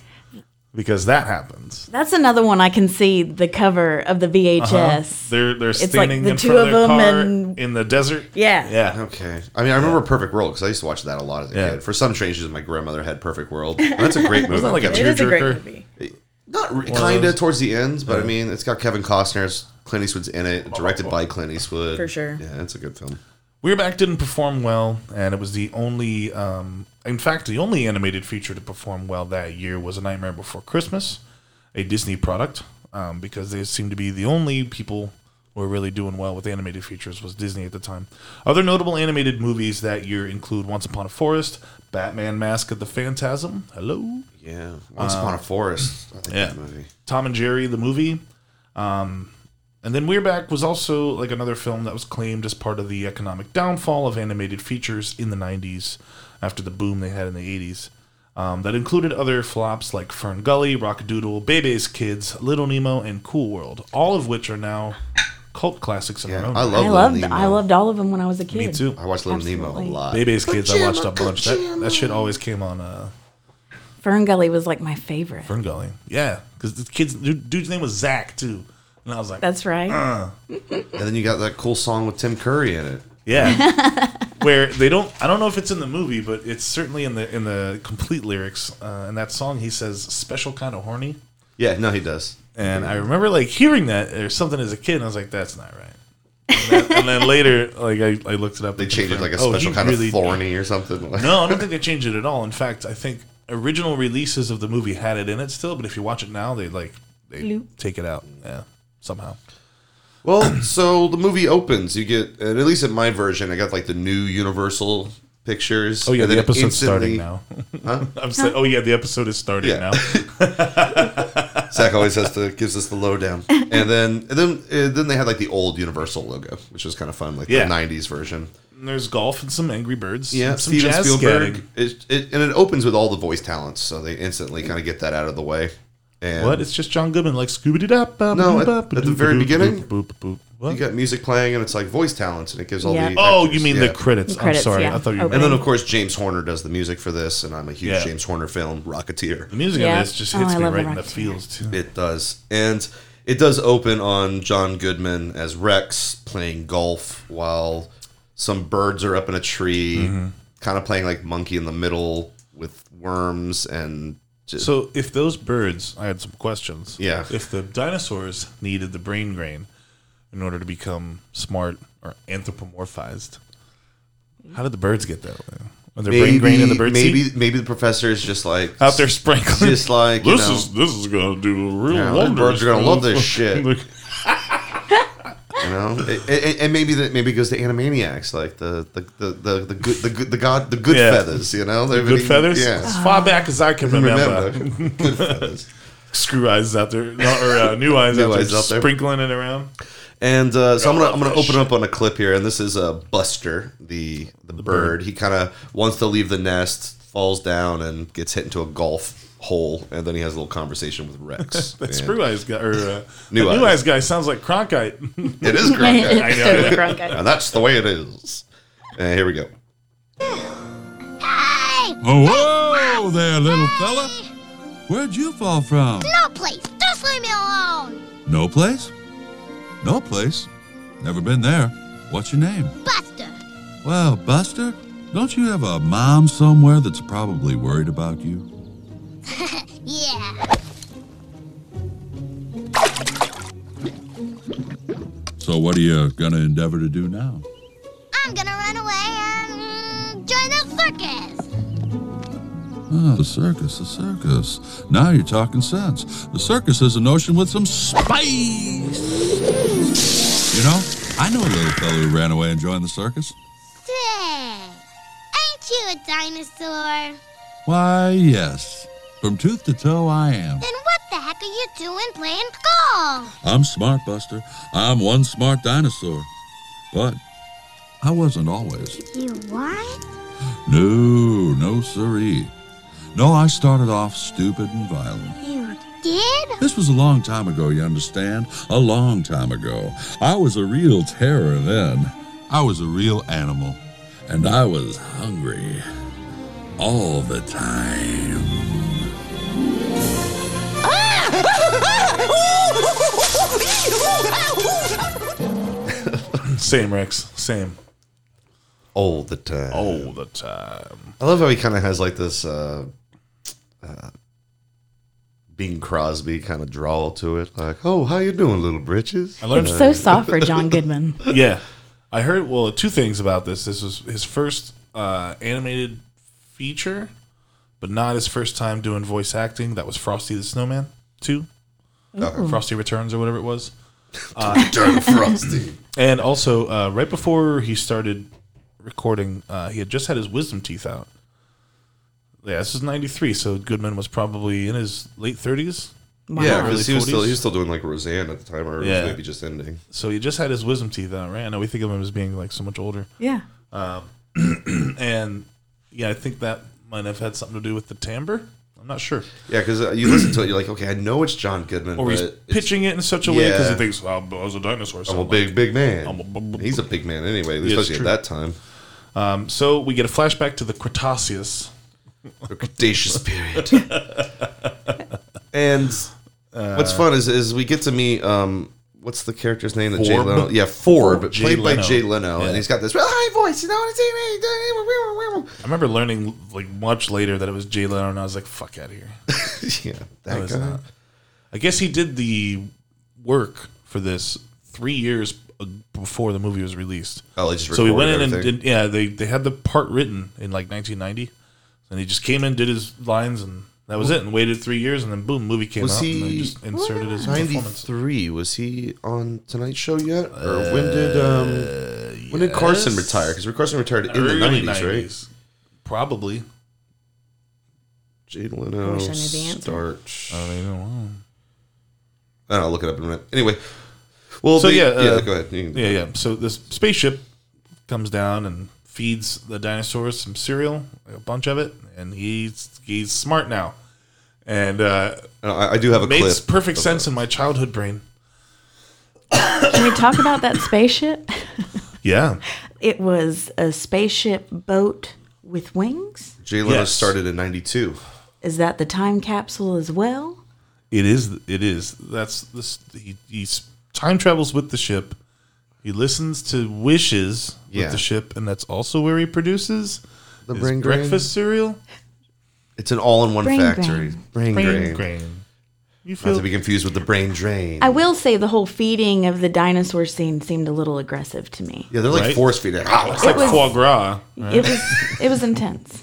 Speaker 6: because that happens.
Speaker 7: That's another one I can see the cover of the VHS.
Speaker 6: They're they're
Speaker 7: like
Speaker 6: standing
Speaker 7: the
Speaker 6: in
Speaker 7: two
Speaker 6: front of
Speaker 7: of
Speaker 6: their
Speaker 7: them
Speaker 6: car
Speaker 7: and-
Speaker 6: in the desert.
Speaker 7: Yeah.
Speaker 5: Oh,
Speaker 6: yeah.
Speaker 5: okay. I mean, I remember Perfect World because I used to watch that a lot as a
Speaker 6: Yeah.
Speaker 5: kid. For some strange reason, my grandmother had Perfect World. That's a great movie.
Speaker 6: It's not like a
Speaker 7: It is a great
Speaker 6: tearjerker.
Speaker 7: movie.
Speaker 5: Not re-
Speaker 6: of
Speaker 5: kind
Speaker 6: those.
Speaker 5: of towards the end, but I mean, it's got Kevin Costner, it's- Clint Eastwood's in it, directed by Clint Eastwood.
Speaker 7: For sure.
Speaker 5: Yeah, it's a good film.
Speaker 6: We're Back didn't perform well, and it was the only, um, in fact, the only animated feature to perform well that year was A Nightmare Before Christmas, a Disney product, um, because they seemed to be the only people who were really doing well with animated features was Disney at the time. Other notable animated movies that year include Once Upon a Forest, Batman: Mask of the Phantasm, hello,
Speaker 5: Yeah, Once Upon a
Speaker 6: Uh,
Speaker 5: Forest. I think that movie.
Speaker 6: Tom and Jerry the movie. Um, and then We're Back was also like another film that was claimed as part of the economic downfall of animated features in the 90s after the boom they had in the 80s. Um, that included other flops like Fern Gully, Rockadoodle, Bebe's Kids, Little Nemo, and Cool World, all of which are now cult classics in
Speaker 5: Yeah,
Speaker 6: their own.
Speaker 5: I
Speaker 6: right.
Speaker 5: love.
Speaker 7: I
Speaker 5: Little
Speaker 7: loved
Speaker 5: Nemo.
Speaker 7: I loved all of them when I was a kid.
Speaker 6: Me too.
Speaker 5: I watched Little Nemo a
Speaker 7: Absolutely.
Speaker 5: lot.
Speaker 6: Bebe's Kids, I watched a bunch. That, that shit always came on uh,
Speaker 7: Fern Gully was like my favorite.
Speaker 6: Fern Gully. Yeah, because the kid's dude, dude's name was Zach too, and I was like,
Speaker 7: That's right.
Speaker 5: And then you got that cool song with Tim Curry in it.
Speaker 6: Yeah. Where they don't I don't know if it's in the movie, but it's certainly in the in the complete lyrics. Uh, in that song he says special kind of horny.
Speaker 5: Yeah, no, he does.
Speaker 6: And I remember like hearing that or something as a kid and I was like, that's not right. And then, and then later, like I, I looked it up.
Speaker 5: They changed it like a
Speaker 6: Oh,
Speaker 5: special
Speaker 6: he
Speaker 5: kind
Speaker 6: really-
Speaker 5: of thorny or something.
Speaker 6: No, I don't think they changed it at all. In fact, I think original releases of the movie had it in it still, but if you watch it now, they like they take it out. Yeah, somehow.
Speaker 5: Well, so the movie opens. You get, and at least in my version, I got like the new Universal pictures.
Speaker 6: Oh yeah,
Speaker 5: and
Speaker 6: the
Speaker 5: then
Speaker 6: episode's starting
Speaker 5: instantly-
Speaker 6: now. I'm saying, oh yeah, the episode is starting
Speaker 5: Yeah.
Speaker 6: now.
Speaker 5: Zach always has to gives us the lowdown, and then and then uh, then they had like the old Universal logo, which was kind of fun, like
Speaker 6: Yeah.
Speaker 5: the '90s version.
Speaker 6: And There's golf and some Angry Birds.
Speaker 5: Yeah,
Speaker 6: and some
Speaker 5: Steven
Speaker 6: jazz
Speaker 5: Spielberg.
Speaker 6: scatting.
Speaker 5: It, it, and it opens with all the voice talents, so they instantly kind of get that out of the way. And
Speaker 6: What? It's just John Goodman like Scooby Doo.
Speaker 5: No, at- at the very beginning?
Speaker 6: Boop, boop, boop. What?
Speaker 5: you got music playing, and it's like voice talents, and it gives all
Speaker 7: Yeah.
Speaker 5: the.
Speaker 6: oh,
Speaker 5: actors-
Speaker 6: you mean
Speaker 5: yeah.
Speaker 6: the credits?
Speaker 7: The credits,
Speaker 6: I'm sorry,
Speaker 7: yeah.
Speaker 6: I thought you.
Speaker 7: Oh,
Speaker 6: meant
Speaker 5: And then of course James Horner does the music for this, and I'm a huge
Speaker 6: Yeah.
Speaker 5: James Horner film, Rocketeer.
Speaker 6: the music
Speaker 7: Yeah.
Speaker 6: of this just
Speaker 7: Oh,
Speaker 6: hits
Speaker 7: I
Speaker 6: me
Speaker 7: love the
Speaker 6: right in the
Speaker 7: Rocketeer.
Speaker 6: feels too.
Speaker 5: It does. And it does open on John Goodman as Rex playing golf while some birds are up in a tree,
Speaker 6: Mm-hmm.
Speaker 5: kind of playing like monkey in the middle with worms and just
Speaker 6: So if those birds, I had some questions.
Speaker 5: Yeah.
Speaker 6: If the dinosaurs needed the brain grain in order to become smart or anthropomorphized, how did the birds get that? way? Are there brain grain in the bird
Speaker 5: maybe
Speaker 6: seed?
Speaker 5: maybe the professor is just like
Speaker 6: Out there sprinkling.
Speaker 5: just like you
Speaker 6: this
Speaker 5: know,
Speaker 6: is this is gonna do real
Speaker 5: Yeah, the
Speaker 6: wonders.
Speaker 5: birds are gonna
Speaker 6: for
Speaker 5: love
Speaker 6: the-
Speaker 5: this shit.
Speaker 6: the-
Speaker 5: I know, It- it- and maybe that maybe it goes to Animaniacs, like the the the the, the good the good the god the good
Speaker 6: Yeah.
Speaker 5: feathers. You know, They're
Speaker 6: Good
Speaker 5: really-
Speaker 6: feathers? As
Speaker 5: Yeah,
Speaker 6: far back as I can remember.
Speaker 5: remember good feathers.
Speaker 6: Screw eyes out there. No, or uh, new eyes
Speaker 5: New
Speaker 6: out there.
Speaker 5: eyes out there.
Speaker 6: Sprinkling it around.
Speaker 5: And uh, so I'm gonna I'm gonna
Speaker 6: Goldfish.
Speaker 5: open up on a clip here, and this is uh, Buster, the the, bird. He kind of wants to leave the nest, falls down, and gets hit into a golf hole, and then he has a little conversation with Rex.
Speaker 6: That
Speaker 5: And
Speaker 6: screw eyes guy. Or, uh,
Speaker 5: New
Speaker 6: new,
Speaker 5: eyes.
Speaker 6: new eyes guy sounds like Cronkite.
Speaker 5: It is great,
Speaker 6: I know.
Speaker 5: and that's the way it is. And here we go.
Speaker 1: Hey!
Speaker 8: Oh, whoa there, little fella. Where'd you fall from?
Speaker 1: No, please, just leave me alone!
Speaker 8: No place? No place? Never been there. What's your name?
Speaker 1: Buster!
Speaker 8: Well, Buster, don't you have a mom somewhere that's probably worried about you?
Speaker 1: Yeah.
Speaker 8: So, what are you gonna endeavor to do now?
Speaker 1: I'm gonna run away and mm, join the circus!
Speaker 8: Ah, the circus, the circus. Now you're talking sense. The circus is an ocean with some spice. You know, I know a little fella who ran away and joined the circus.
Speaker 1: Say, ain't you a dinosaur?
Speaker 8: Why, yes. From tooth to toe, I am.
Speaker 1: Then what the heck are you doing playing golf?
Speaker 8: I'm smart, Buster. I'm one smart dinosaur. But I wasn't always.
Speaker 1: You what?
Speaker 8: No, no, siree. No, I started off stupid and violent.
Speaker 1: You did?
Speaker 8: This was a long time ago, you understand? A long time ago. I was a real terror then. I was a real animal. And I was hungry. All the time.
Speaker 6: Same, Rex. Same.
Speaker 5: All the time.
Speaker 6: All the time.
Speaker 5: I love how he kind of has like this uh, uh, Bing Crosby kind of drawl to it, like, "Oh, how you doing, little britches?"
Speaker 6: I learned
Speaker 7: It's so soft for John Goodman.
Speaker 6: yeah. I heard well two things about this. This was his first uh, animated feature, but not his first time doing voice acting. That was Frosty the Snowman two, Frosty Returns or whatever it was.
Speaker 5: Darn frosty.
Speaker 6: And also, uh, right before he started recording, uh, he had just had his wisdom teeth out. Yeah, this is '93, so Goodman was probably in his late 30s.
Speaker 5: Yeah,
Speaker 6: Early
Speaker 5: because he was still
Speaker 6: 40s.
Speaker 5: he was still doing like Roseanne at the time, or it
Speaker 6: Yeah.
Speaker 5: was maybe just ending.
Speaker 6: So he just had his wisdom teeth out, right? I know we think of him as being like so much older.
Speaker 7: Yeah.
Speaker 6: and yeah, I think that might have had something to do with the timbre. I'm not sure.
Speaker 5: Yeah, because uh, you listen to it, you're like, okay, I know it's John Goodman,
Speaker 6: Or
Speaker 5: but
Speaker 6: he's
Speaker 5: it's-
Speaker 6: pitching it in such a way because
Speaker 5: Yeah.
Speaker 6: he thinks "Well, I was a dinosaur. so
Speaker 5: I'm a
Speaker 6: I'm
Speaker 5: big, big man.
Speaker 6: I'm a bu- bu-
Speaker 5: he's a big man anyway,
Speaker 6: it's
Speaker 5: especially at
Speaker 6: true.
Speaker 5: that time.
Speaker 6: like-" So we get a flashback to the Cretaceous.
Speaker 5: The Cretaceous period. and
Speaker 6: Uh,
Speaker 5: what's fun is is we get to meet um what's the character's name that Jay
Speaker 6: Forb?
Speaker 5: Leno? Yeah, Forb,
Speaker 6: Forb, Jay
Speaker 5: played by
Speaker 6: Leno.
Speaker 5: Jay Leno,
Speaker 6: Yeah.
Speaker 5: and he's got this real high voice. You know what
Speaker 6: I remember learning like much later that it was Jay Leno, and I was like, "Fuck out of here."
Speaker 5: I'm saying? yeah,
Speaker 6: No,
Speaker 5: that
Speaker 6: it's
Speaker 5: guy.
Speaker 6: not. I guess he did the work for this three years uh, before the movie was released.
Speaker 5: Oh, they just
Speaker 6: so he went
Speaker 5: recorded
Speaker 6: in and
Speaker 5: everything.
Speaker 6: did, yeah, they they had the part written in like 1990, and he just came in, did his lines, and that was it. And waited three years, and then boom, movie came
Speaker 5: Was
Speaker 6: out, and they
Speaker 5: he-
Speaker 6: just inserted his performance.
Speaker 5: 93 was he on tonight's show yet or when did um when did carson
Speaker 6: Uh, yes.
Speaker 5: retire because carson retired in the
Speaker 6: Early
Speaker 5: 90s, right
Speaker 6: Probably.
Speaker 5: jay leno
Speaker 7: wish I knew the answer.
Speaker 5: starch
Speaker 6: I mean, wow.
Speaker 5: I don't know, I'll look it up in a minute anyway well
Speaker 6: So
Speaker 5: the-
Speaker 6: yeah, uh,
Speaker 5: go ahead You can-
Speaker 6: Yeah, yeah. So this spaceship comes down and feeds the dinosaurs some cereal, a bunch of it, and he's he's smart now, and uh,
Speaker 5: I, I do have a
Speaker 6: makes
Speaker 5: clip
Speaker 6: perfect sense in my childhood brain.
Speaker 7: Can we talk about that spaceship?
Speaker 6: Yeah,
Speaker 7: It was a spaceship boat with wings.
Speaker 5: jay leno
Speaker 6: Yes.
Speaker 5: started in 92
Speaker 7: Is that the time capsule as well?
Speaker 6: it is. It is. That's this. He he's time travels with the ship. He listens to wishes
Speaker 5: Yeah.
Speaker 6: with the ship, and that's also where he produces
Speaker 5: the
Speaker 6: his
Speaker 5: brain
Speaker 6: breakfast
Speaker 5: breakfast
Speaker 6: cereal.
Speaker 5: it's an all-in-one
Speaker 7: Brain
Speaker 5: factory brain
Speaker 6: Brain
Speaker 5: drain.
Speaker 6: grain. You
Speaker 5: not
Speaker 6: feel
Speaker 5: to be confused with the brain drain
Speaker 7: I will say the whole feeding of the dinosaur scene seemed a little aggressive to me.
Speaker 5: yeah they're like
Speaker 6: Right?
Speaker 5: force feeding Ah,
Speaker 6: it's like
Speaker 7: was-
Speaker 6: foie gras.
Speaker 7: It was it was intense.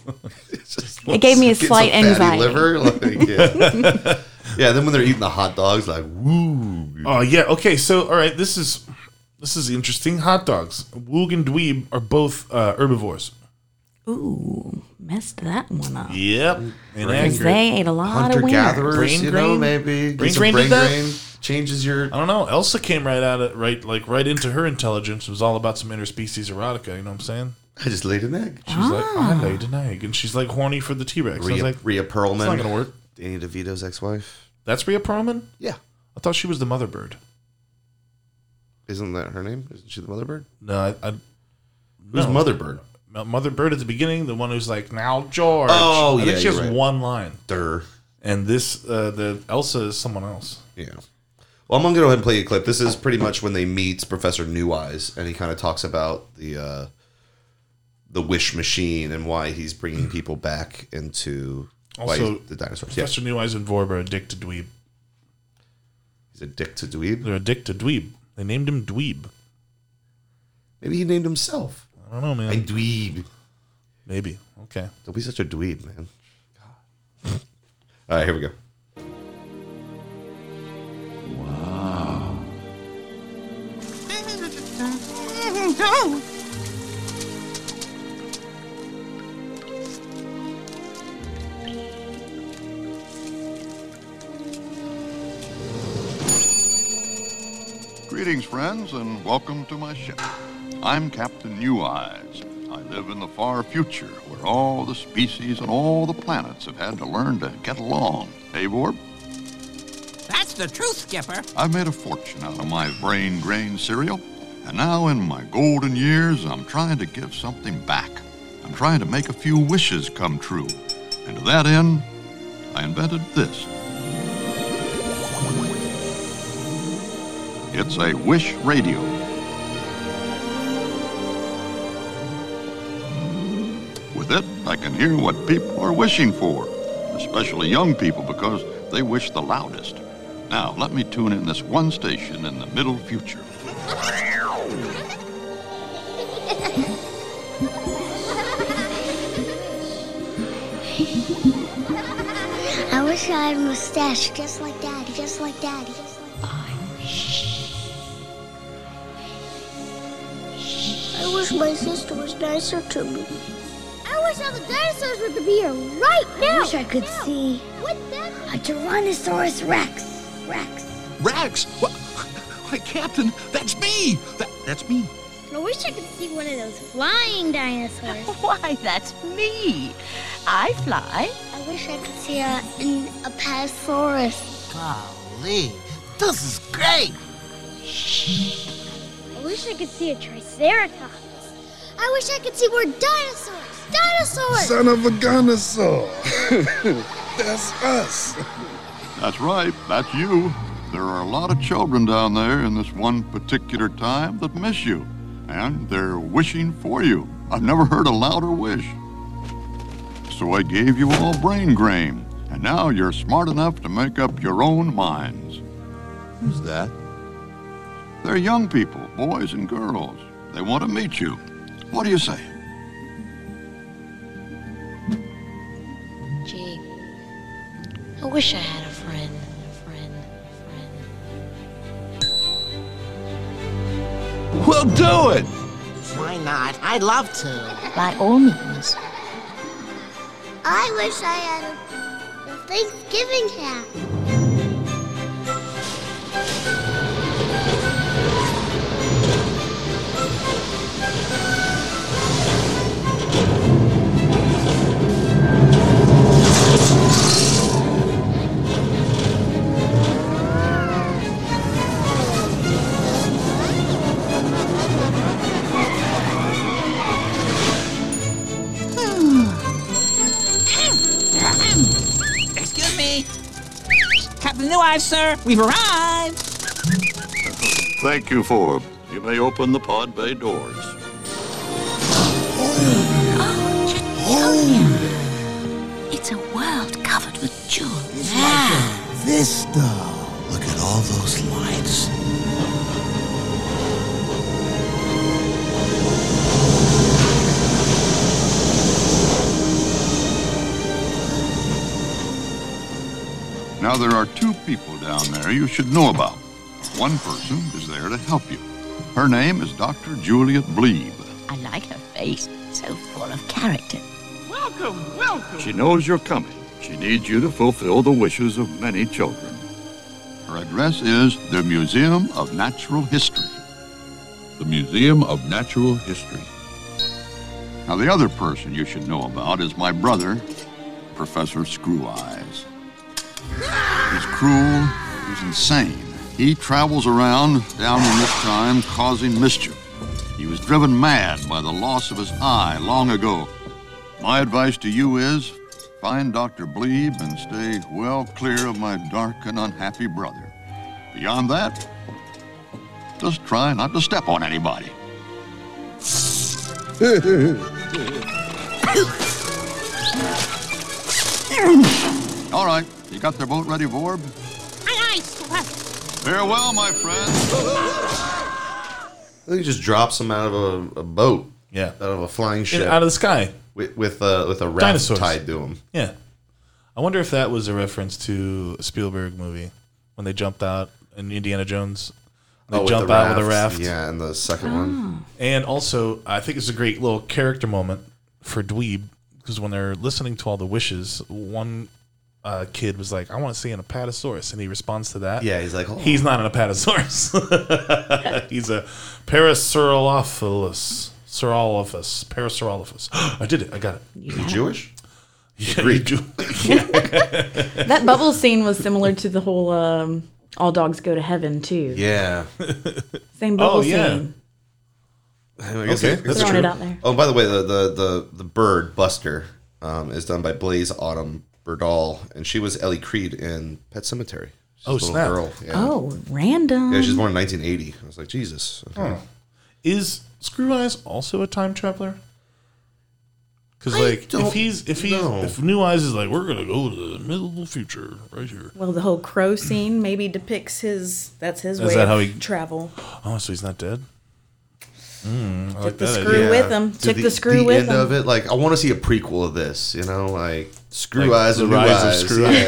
Speaker 7: It gave me a
Speaker 5: Get
Speaker 7: slight
Speaker 5: some fatty
Speaker 7: anxiety.
Speaker 5: liver, like, yeah. yeah, then when they're eating the hot dogs, like, woo.
Speaker 6: Oh yeah. Okay. So all right. This is This is interesting. Hot dogs. Woog and Dweeb are both uh, herbivores.
Speaker 7: Ooh, messed that one up.
Speaker 6: Yep.
Speaker 7: Because
Speaker 6: Inaccurate.
Speaker 7: they ate a lot
Speaker 5: Hunter
Speaker 7: of wieners.
Speaker 5: gatherers,
Speaker 6: Brain
Speaker 5: you know,
Speaker 6: grain?
Speaker 5: maybe
Speaker 6: Brain
Speaker 5: get some
Speaker 6: grain
Speaker 5: brain
Speaker 6: did that? Oh.
Speaker 5: grain changes your.
Speaker 6: I don't know. Elsa came right out of right like right into her intelligence. It was all about some interspecies erotica. You know what I'm saying?
Speaker 5: I just laid an egg.
Speaker 6: She's like, I laid an egg, and she's like horny for the T Rex. I was
Speaker 5: Rhea,
Speaker 6: like,
Speaker 5: Rhea Perlman,
Speaker 6: it's not gonna work.
Speaker 5: Danny DeVito's ex-wife.
Speaker 6: That's Rhea Perlman.
Speaker 5: Yeah,
Speaker 6: I thought she was the mother bird.
Speaker 5: isn't that her name? Isn't she the mother bird?
Speaker 6: No, I, I
Speaker 5: Who's
Speaker 6: no.
Speaker 5: mother bird?
Speaker 6: M- Mother Bird at the beginning, the one who's like, "Now George."
Speaker 5: Oh,
Speaker 6: I
Speaker 5: yeah,
Speaker 6: think she
Speaker 5: you're
Speaker 6: has
Speaker 5: right.
Speaker 6: one line,
Speaker 5: Dur.
Speaker 6: and this uh, the Elsa is someone else.
Speaker 5: Yeah. Well, I'm gonna go ahead and play you a clip. This is pretty much when they meets Professor New Eyes, and he kind of talks about the uh, the wish machine and why he's bringing people back into why
Speaker 6: Also-
Speaker 5: he's- the dinosaurs. Yeah,
Speaker 6: Professor New Eyes and Vorb are addicted dweeb.
Speaker 5: he's a dick to dweeb.
Speaker 6: They're addicted dweeb. They named him Dweeb.
Speaker 5: Maybe he named himself.
Speaker 6: I don't know, man.
Speaker 5: I'm dweeb.
Speaker 6: Maybe. Okay.
Speaker 5: Don't be such a dweeb, man. All right, here we go.
Speaker 1: No.
Speaker 9: Greetings, friends, and welcome to my ship. I'm Captain New Eyes. I live in the far future where all the species and all the planets have had to learn to get along. Hey, Vorb?
Speaker 10: That's the truth, Skipper.
Speaker 9: I've made a fortune out of my brain grain cereal, and now in my golden years, I'm trying to give something back. I'm trying to make a few wishes come true. And to that end, I invented this. It's a wish radio. With it, I can hear what people are wishing for, especially young people because they wish the loudest. Now, let me tune in this one station in the middle future.
Speaker 3: I wish I had a mustache just like daddy, just like daddy. Just like I wish my sister was nicer to me.
Speaker 1: I wish all the dinosaurs would be here right now.
Speaker 3: I wish I could
Speaker 1: Now.
Speaker 3: see
Speaker 1: Wouldn't that be
Speaker 3: a Tyrannosaurus Rex. Rex.
Speaker 10: Rex! Wha- Why, Captain, that's me! That, that's me.
Speaker 3: I wish I could see one of those flying dinosaurs.
Speaker 11: Why, that's me. I fly.
Speaker 3: I wish I could see a, an, a Patasaurus.
Speaker 10: Golly, this is great!
Speaker 3: I wish I could see a Triceratops.
Speaker 1: I wish I could see more dinosaurs. Dinosaurs.
Speaker 8: Son of a dinosaur. That's us.
Speaker 9: That's right, that's you. There are a lot of children down there in this one particular time that miss you, and they're wishing for you. I've never heard a louder wish. So I gave you all brain grain, and now you're smart enough to make up your own minds.
Speaker 8: Who's that?
Speaker 9: They're young people, boys and girls. They want to meet you. What do you say?
Speaker 11: Gee, I wish I had a friend. A friend. A friend.
Speaker 10: We'll do it! Why not? I'd love to.
Speaker 11: By all means.
Speaker 1: I wish I had a Thanksgiving hat.
Speaker 10: Excuse me. Captain New Eyes, sir, we've arrived.
Speaker 9: Thank you, Forb. You may open the pod bay doors.
Speaker 11: It's a world covered with jewels.
Speaker 10: This, though. Look at all those lights.
Speaker 9: Now, there are two people down there you should know about. One person is there to help you, Her name is Dr. Juliet Bleeb.
Speaker 11: I like her face. So full of character.
Speaker 10: Welcome, welcome.
Speaker 9: She knows you're coming. She needs you to fulfill the wishes of many children. Her address is the Museum of Natural History.
Speaker 8: The Museum of Natural History.
Speaker 9: Now, the other person you should know about is my brother, Professor Screw Eyes. He's cruel, he's insane. He travels around down in this time causing mischief. He was driven mad by the loss of his eye long ago. My advice to you is find Dr. Bleeb and stay well clear of my dark and unhappy brother. Beyond that, just try not to step on anybody. All right, you got their boat ready, Vorb?
Speaker 1: Aye, aye, sir.
Speaker 9: Farewell, my friends.
Speaker 5: I think he just drops him out of a, a boat.
Speaker 6: Yeah.
Speaker 5: Out of a flying ship.
Speaker 6: out of the sky.
Speaker 5: With with, uh, with a raft
Speaker 6: Dinosaurs.
Speaker 5: tied to him.
Speaker 6: Yeah. I wonder if that was a reference to a Spielberg movie when they jumped out in Indiana Jones. They
Speaker 5: Oh, with
Speaker 6: jump
Speaker 5: the
Speaker 6: out with a
Speaker 5: raft.
Speaker 6: raft.
Speaker 5: Yeah, and the second one.
Speaker 6: And also, I think it's a great little character moment for Dweeb because when they're listening to all the wishes, one uh, kid was like, "I want to see an apatosaurus," and he responds to that.
Speaker 5: Yeah, he's like, "Oh."
Speaker 6: "He's not an apatosaurus. he's a parasaurolophus, saurolophus, parasaurolophus." I did it. I got it.
Speaker 5: Is he Jewish?
Speaker 6: Yeah,
Speaker 5: Greek.
Speaker 6: Jew-
Speaker 7: That bubble scene was similar to the whole um, "All Dogs Go to Heaven" too.
Speaker 5: Yeah.
Speaker 7: Same bubble
Speaker 6: Oh, yeah.
Speaker 7: scene.
Speaker 5: I guess
Speaker 6: Okay,
Speaker 5: it-
Speaker 6: that's
Speaker 7: Throwing it true. out there.
Speaker 5: Oh, by the way, the the the, the bird Buster um, is done by Blaze Autumn Burdall, and she was Ellie Creed in Pet Cemetery. She's
Speaker 6: Oh,
Speaker 5: a little
Speaker 6: snap.
Speaker 5: girl. Yeah.
Speaker 7: Oh, random.
Speaker 5: Yeah, she's born in 1980. I was like, Jesus. Okay.
Speaker 6: Is Screw Eyes also a time traveler? Because
Speaker 5: I
Speaker 6: like,
Speaker 5: don't
Speaker 6: if he's if he's
Speaker 5: know.
Speaker 6: if New Eyes is like, we're gonna go to the middle future right here.
Speaker 7: Well, the whole crow scene maybe depicts his. That's his
Speaker 6: Is
Speaker 7: way
Speaker 6: that
Speaker 7: of
Speaker 6: how he-
Speaker 7: travel.
Speaker 6: Oh, so he's not dead. Mm, I like
Speaker 7: the
Speaker 6: that
Speaker 7: screw-
Speaker 6: idea.
Speaker 7: Yeah. with him.
Speaker 5: Dude,
Speaker 7: Took the screw with
Speaker 5: end
Speaker 7: him.
Speaker 5: of it. Like, I want to see a prequel of this. You know, like Screw
Speaker 6: Like,
Speaker 5: Eyes
Speaker 6: the
Speaker 5: and New
Speaker 6: rise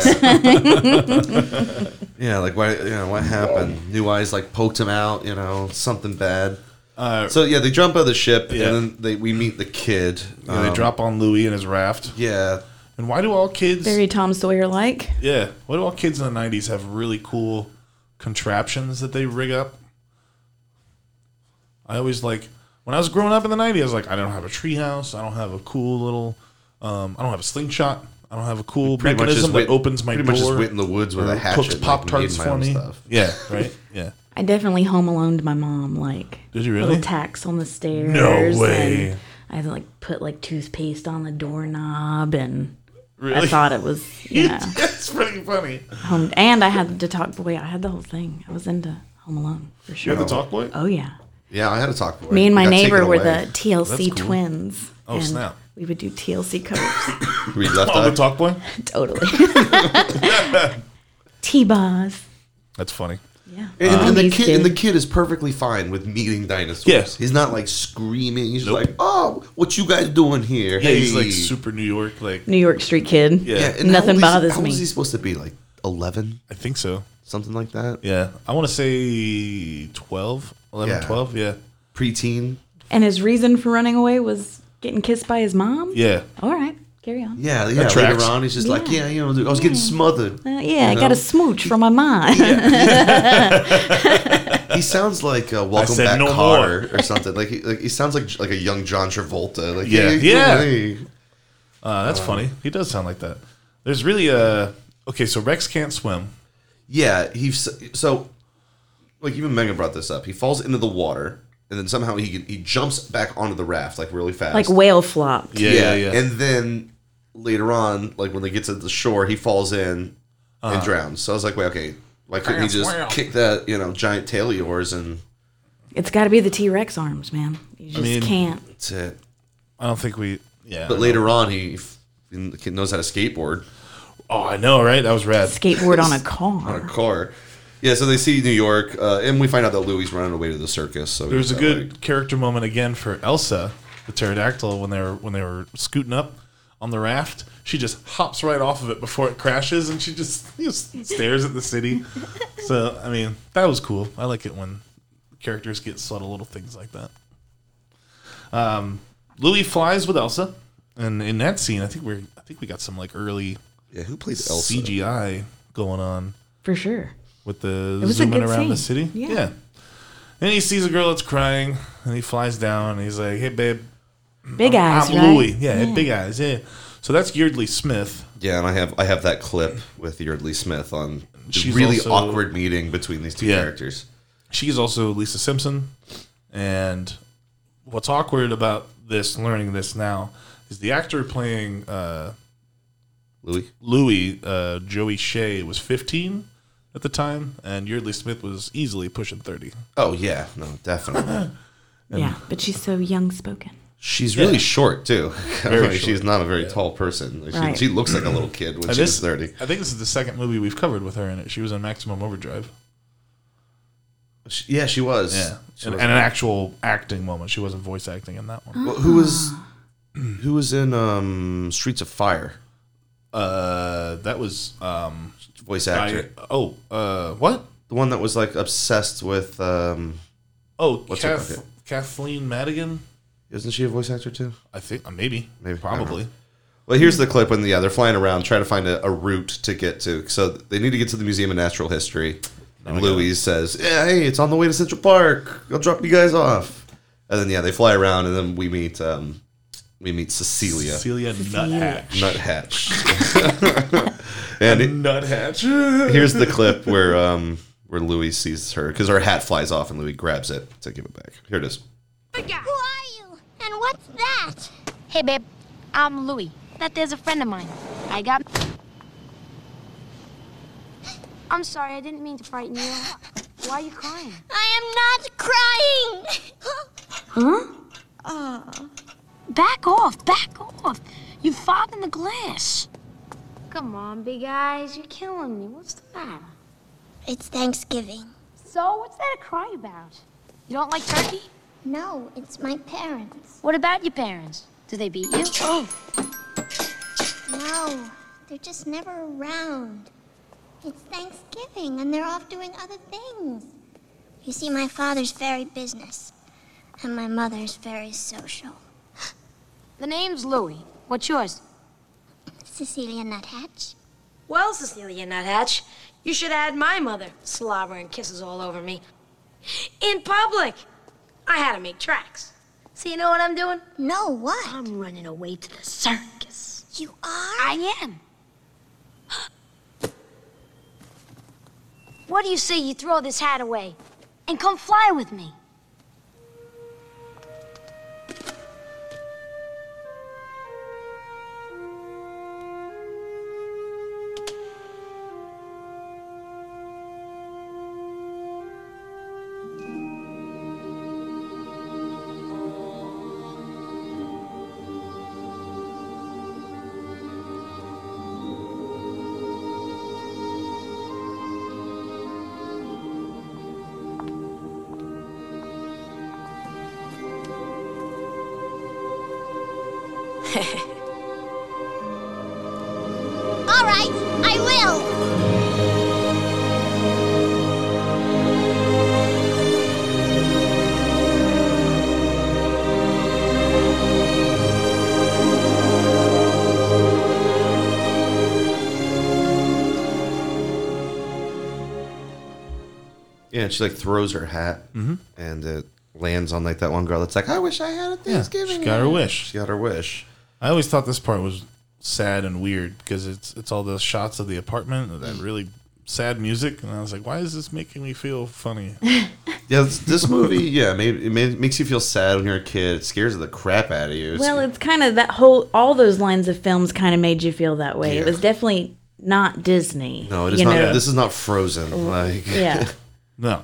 Speaker 6: of
Speaker 5: Eyes.
Speaker 6: Screw
Speaker 5: yeah. yeah, like why? You know, what happened? New Eyes like poked him out. You know, something bad.
Speaker 6: Uh,
Speaker 5: So yeah, they jump out of the ship,
Speaker 6: Yeah.
Speaker 5: and then they we meet the kid.
Speaker 6: yeah, they
Speaker 5: Um,
Speaker 6: drop on Louis and his raft.
Speaker 5: Yeah,
Speaker 6: And why do all kids?
Speaker 7: Very Tom Sawyer like.
Speaker 6: yeah, why do all kids in the '90s have really cool contraptions that they rig up? I always like when I was growing up in the '90s. I was like, I don't have a treehouse. I don't have a cool little. Um, I don't have a slingshot. I don't have a cool mechanism that
Speaker 5: went-
Speaker 6: opens my
Speaker 5: pretty
Speaker 6: door.
Speaker 5: much just went in the woods with
Speaker 6: or
Speaker 5: a hatchet.
Speaker 6: Cooks
Speaker 5: and,
Speaker 6: pop tarts
Speaker 5: made my
Speaker 6: for
Speaker 5: own
Speaker 6: me.
Speaker 5: stuff.
Speaker 6: Yeah, right. Yeah.
Speaker 7: I definitely home aloned my mom. Like
Speaker 6: Did you really?
Speaker 7: little tacks on the stairs.
Speaker 6: way.
Speaker 7: and I had to, like put like toothpaste on the doorknob, and I
Speaker 6: Really?
Speaker 7: thought it was yeah.
Speaker 6: That's pretty funny.
Speaker 7: home, and I had the talk boy. I had the whole thing. I was into Home Alone for
Speaker 6: You
Speaker 7: sure.
Speaker 6: have the talk boy.
Speaker 5: Uh,
Speaker 7: Oh yeah.
Speaker 5: Yeah, I had a talk. boy.
Speaker 7: Me and my
Speaker 5: Got taken
Speaker 7: neighbor were
Speaker 5: away.
Speaker 7: the TLC
Speaker 6: That's cool.
Speaker 7: twins.
Speaker 6: Oh,
Speaker 7: and
Speaker 6: snap.
Speaker 7: We would do TLC covers.
Speaker 5: We left
Speaker 6: Oh,
Speaker 5: eye.
Speaker 6: the talk boy.
Speaker 7: totally. T bars.
Speaker 6: That's funny.
Speaker 7: Yeah.
Speaker 5: And,
Speaker 7: All
Speaker 5: and the
Speaker 7: these
Speaker 5: kid
Speaker 7: do.
Speaker 5: and the kid is perfectly fine with meeting dinosaurs.
Speaker 6: Yes.
Speaker 5: he's not like screaming. He's just like, "Oh, what you guys doing here?"
Speaker 6: Yeah, he's like
Speaker 5: Hey."
Speaker 6: super New York. Like
Speaker 7: New York Street kid.
Speaker 6: Yeah.
Speaker 5: Yeah, and
Speaker 7: Nothing
Speaker 5: how old
Speaker 7: bothers
Speaker 5: is, how
Speaker 7: me.
Speaker 5: How was he supposed to be? Like eleven,
Speaker 6: I think so.
Speaker 5: something like that.
Speaker 6: Yeah. I want to say 12, 11,
Speaker 5: Yeah.
Speaker 6: 12. Yeah.
Speaker 5: Preteen.
Speaker 7: And his reason for running away was getting kissed by his mom?
Speaker 6: Yeah.
Speaker 7: All right. Carry on.
Speaker 5: Yeah, yeah.
Speaker 6: tracks.
Speaker 5: Later on, he's just like, "Yeah, you know, dude, I was getting smothered."
Speaker 7: Uh, yeah, I
Speaker 5: You
Speaker 7: got
Speaker 6: Uh-huh.
Speaker 5: know?
Speaker 7: a smooch from my mom.
Speaker 5: He sounds like uh, "Welcome
Speaker 6: said
Speaker 5: Back,
Speaker 6: no
Speaker 5: Car" or something. Like he, like he sounds like like a young John Travolta. Like
Speaker 6: Yeah.
Speaker 5: "Hey,
Speaker 6: Yeah.
Speaker 5: hey."
Speaker 6: Uh, that's funny. He does sound like that. There's really a. Okay, so Rex can't swim.
Speaker 5: Yeah, he so like even Megan brought this up. He falls into the water and then somehow he he jumps back onto the raft like really fast.
Speaker 7: like whale flopped.
Speaker 6: Yeah, yeah, yeah.
Speaker 5: And then later on, like when they get to the shore, he falls in
Speaker 6: Uh-huh.
Speaker 5: and drowns. So I was like, wait, okay, why couldn't he
Speaker 6: Fast
Speaker 5: just
Speaker 6: whale.
Speaker 5: kick that you know giant tail of yours and
Speaker 7: It's got to be the T Rex arms, man. You just
Speaker 6: mean-
Speaker 7: can't.
Speaker 5: that's it?
Speaker 6: I don't think we. Yeah.
Speaker 5: But later on, he f- the kid knows how to skateboard
Speaker 6: Oh, I know, right? That was rad.
Speaker 7: Skateboard on a
Speaker 5: on a
Speaker 7: car.
Speaker 5: car. Yeah, so they see New York, uh, and we find out that Louis running away to the circus. So
Speaker 6: There was a
Speaker 5: he's, uh,
Speaker 6: good
Speaker 5: like-
Speaker 6: character moment again for Elsa, the pterodactyl, when they were when they were scooting up on the raft. She just hops right off of it before it crashes, and she just, you know, stares at the city. So I mean, that was cool. I like it when characters get subtle little things like that. Um, Louis flies with Elsa, and in that scene, I think we are I think we got some like early
Speaker 5: yeah who plays Elsa?
Speaker 6: CGI going on
Speaker 7: for sure
Speaker 6: with the
Speaker 7: It was a
Speaker 6: zooming
Speaker 7: good
Speaker 6: around the
Speaker 7: scene.
Speaker 6: city.
Speaker 7: Yeah.
Speaker 6: And he sees a girl that's crying, and he flies down, and he's like, "Hey, babe,
Speaker 7: Big
Speaker 6: I'm,
Speaker 7: eyes,
Speaker 6: I'm
Speaker 7: right?
Speaker 6: Louis. Yeah,
Speaker 7: Yeah.
Speaker 6: big eyes. Yeah." So that's Yeardley Smith.
Speaker 5: Yeah, and I have I have that clip with Yardley Smith on the
Speaker 6: She's
Speaker 5: really
Speaker 6: also-
Speaker 5: awkward meeting between these two
Speaker 6: Yeah.
Speaker 5: characters.
Speaker 6: She's also Lisa Simpson. And what's awkward about this, learning this now, is the actor playing uh,
Speaker 5: Louis,
Speaker 6: Louis, uh, Joey Shea, was 15 at the time, and Yeardley Smith was easily pushing 30.
Speaker 5: Oh yeah, no, definitely.
Speaker 7: yeah, but she's so young spoken.
Speaker 5: She's really
Speaker 6: Yeah.
Speaker 5: short too.
Speaker 6: Very
Speaker 5: Like, She's not a very tall person. Like, She,
Speaker 7: Right.
Speaker 5: she looks like a little kid when
Speaker 6: And
Speaker 5: she
Speaker 6: this-
Speaker 5: was thirty.
Speaker 6: I think this is the second movie we've covered with her in it. She was in Maximum Overdrive.
Speaker 5: She- yeah, she was.
Speaker 6: Yeah.
Speaker 5: She
Speaker 6: And,
Speaker 5: was.
Speaker 6: and an actual acting moment. She wasn't voice acting in that one.
Speaker 5: Well, who was who was in um, Streets of Fire?
Speaker 6: Uh, that was um,
Speaker 5: Voice
Speaker 6: I,
Speaker 5: actor,
Speaker 6: oh uh, what
Speaker 5: the one that was like obsessed with. Um,
Speaker 6: oh
Speaker 5: What's her
Speaker 6: Kath,
Speaker 5: bucket?
Speaker 6: Kathleen Madigan.
Speaker 5: isn't she a voice actor too?
Speaker 6: I think uh, maybe,
Speaker 5: Maybe. I
Speaker 6: maybe,
Speaker 5: don't
Speaker 6: probably.
Speaker 5: know. Well, here's the clip when yeah they're flying around trying to find a, a route to get to. So they need to get to the Museum of Natural History, and Louise says, yeah, "Hey, it's on the way to Central Park. I'll drop you guys off." And then yeah, they fly around, and then we meet um, we meet Cecilia
Speaker 6: Celia Nuthatch.
Speaker 5: Nuthatch. and it-
Speaker 6: Nuthatch.
Speaker 5: here's the clip where um, where Louis sees her because her hat flies off, and Louis grabs it to give it back. Here it is.
Speaker 1: Who are you? And what's that?
Speaker 11: Hey, babe. I'm Louie. That there's a friend of mine. I got.
Speaker 3: I'm sorry, I didn't mean to frighten you. Why are you crying?
Speaker 1: I am not crying.
Speaker 11: Uh. Back off! Back off! You fogged in the glass.
Speaker 3: Come on, big eyes, you're killing me. What's the matter?
Speaker 1: It's Thanksgiving.
Speaker 3: So, what's that to cry about?
Speaker 11: You don't like turkey?
Speaker 3: No, it's my parents.
Speaker 11: What about your parents? Do they beat you? Oh.
Speaker 3: No, they're just never around. It's Thanksgiving, and they're off doing other things. You see, my father's very business, and my mother's very social.
Speaker 11: The name's Louie. What's yours?
Speaker 3: Cecilia Nuthatch.
Speaker 11: Well, Cecilia Nuthatch, you should add my mother, slobbering kisses all over me. In public! I had to make tracks. So you know what I'm doing?
Speaker 3: No, what?
Speaker 11: I'm running away to the circus.
Speaker 3: You are?
Speaker 11: I am. What do you say you throw this hat away and come fly with me?
Speaker 1: All right, I will.
Speaker 5: Yeah, and she like throws her hat, and it lands on like that one girl that's like, "I wish I had a
Speaker 6: Yeah,
Speaker 5: Thanksgiving."
Speaker 6: she got her wish.
Speaker 5: She got her wish.
Speaker 6: I always thought this part was sad and weird because it's it's all those shots of the apartment and that really sad music, and I was like, why is this making me feel funny?
Speaker 5: Yeah, this, this movie, yeah, maybe it ma- makes you feel sad when you're a kid. It scares the crap out of you. It's-
Speaker 7: Well, it's kind of that whole all those lines of films kind of made you feel that way. It
Speaker 5: Yeah.
Speaker 7: was definitely not Disney.
Speaker 5: no, it is
Speaker 7: you
Speaker 5: not.
Speaker 7: know?
Speaker 5: This is not Frozen. Like,
Speaker 7: yeah.
Speaker 6: no,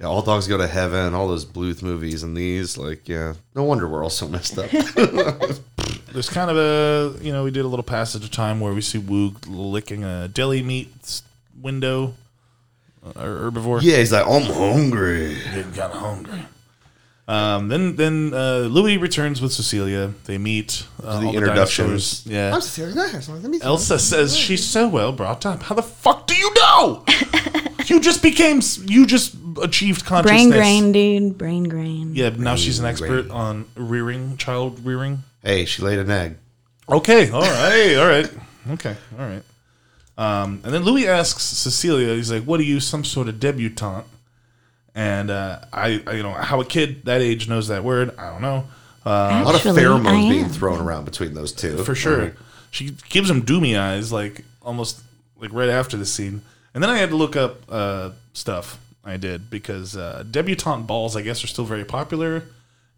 Speaker 5: yeah, all dogs go to heaven. All those Bluth movies and these, like, yeah, no wonder we're all so messed up.
Speaker 6: there's kind of a you know we did a little passage of time where we see Wu licking a deli meat s- window uh, or herbivore.
Speaker 5: yeah, he's like, I'm hungry.
Speaker 6: Getting kind of hungry. Um, then then uh, Louis returns with Cecilia. They meet uh,
Speaker 5: The
Speaker 6: all
Speaker 5: introductions.
Speaker 6: dinosaurs. Yeah.
Speaker 5: serious. Let me.
Speaker 6: Elsa says she's so well brought up. How the fuck do you know? You just became. s- You just achieved consciousness.
Speaker 7: Brain grain, dude. Brain grain.
Speaker 6: Yeah, now she's an expert on rearing, child rearing.
Speaker 5: Hey, she laid an egg.
Speaker 6: Okay, all right, all right, okay, all right. Um, and then Louis asks Cecilia, he's like, "What are you, some sort of debutante?" And uh, I, I, you know, how a kid that age knows that word, I don't know. Uh,
Speaker 5: a lot of pheromones being thrown around between those two.
Speaker 6: for sure.
Speaker 5: Like,
Speaker 6: She gives him doomy eyes, like almost like right after the scene. And then I had to look up uh, stuff I did because uh, debutante balls, I guess, are still very popular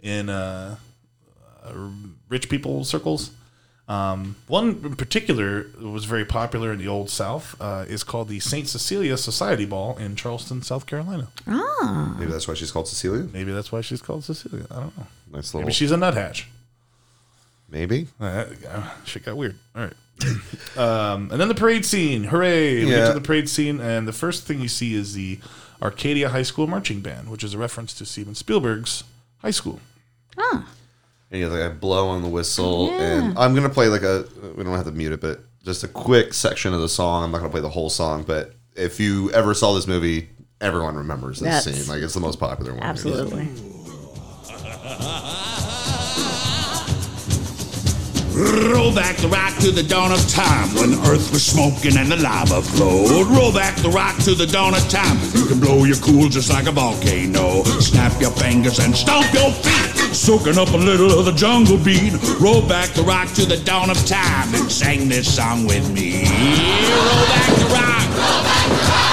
Speaker 6: in uh, uh, rich people circles. Um, one in particular that was very popular in the Old South uh, is called the St. Cecilia Society Ball in Charleston, South Carolina.
Speaker 7: Ah.
Speaker 5: Maybe that's why she's called Cecilia.
Speaker 6: Maybe that's why she's called Cecilia. I don't know.
Speaker 5: Nice little.
Speaker 6: Maybe she's a nuthatch.
Speaker 5: Maybe.
Speaker 6: Uh, uh, shit got weird. All right. um, and then the parade scene. Hooray. We get
Speaker 5: Yeah.
Speaker 6: to the parade scene, and the first thing you see is the Arcadia High School Marching Band, which is a reference to Steven Spielberg's high school.
Speaker 7: Oh,
Speaker 5: And you like I blow on the whistle, and I'm gonna play like a. We don't have to mute it, but just a quick section of the song. I'm not gonna play the whole song, but if you ever saw this movie, everyone remembers this
Speaker 7: That's-
Speaker 5: scene. Like it's the most popular one.
Speaker 7: Absolutely.
Speaker 12: Roll back the rock to the dawn of time when earth was smoking and the lava flowed. Roll back the rock to the dawn of time. You can blow your cool just like a volcano. Snap your fingers and stomp your feet. Soaking up a little of the jungle beat. Roll back the rock to the dawn of time and sing this song with me. Roll back the rock.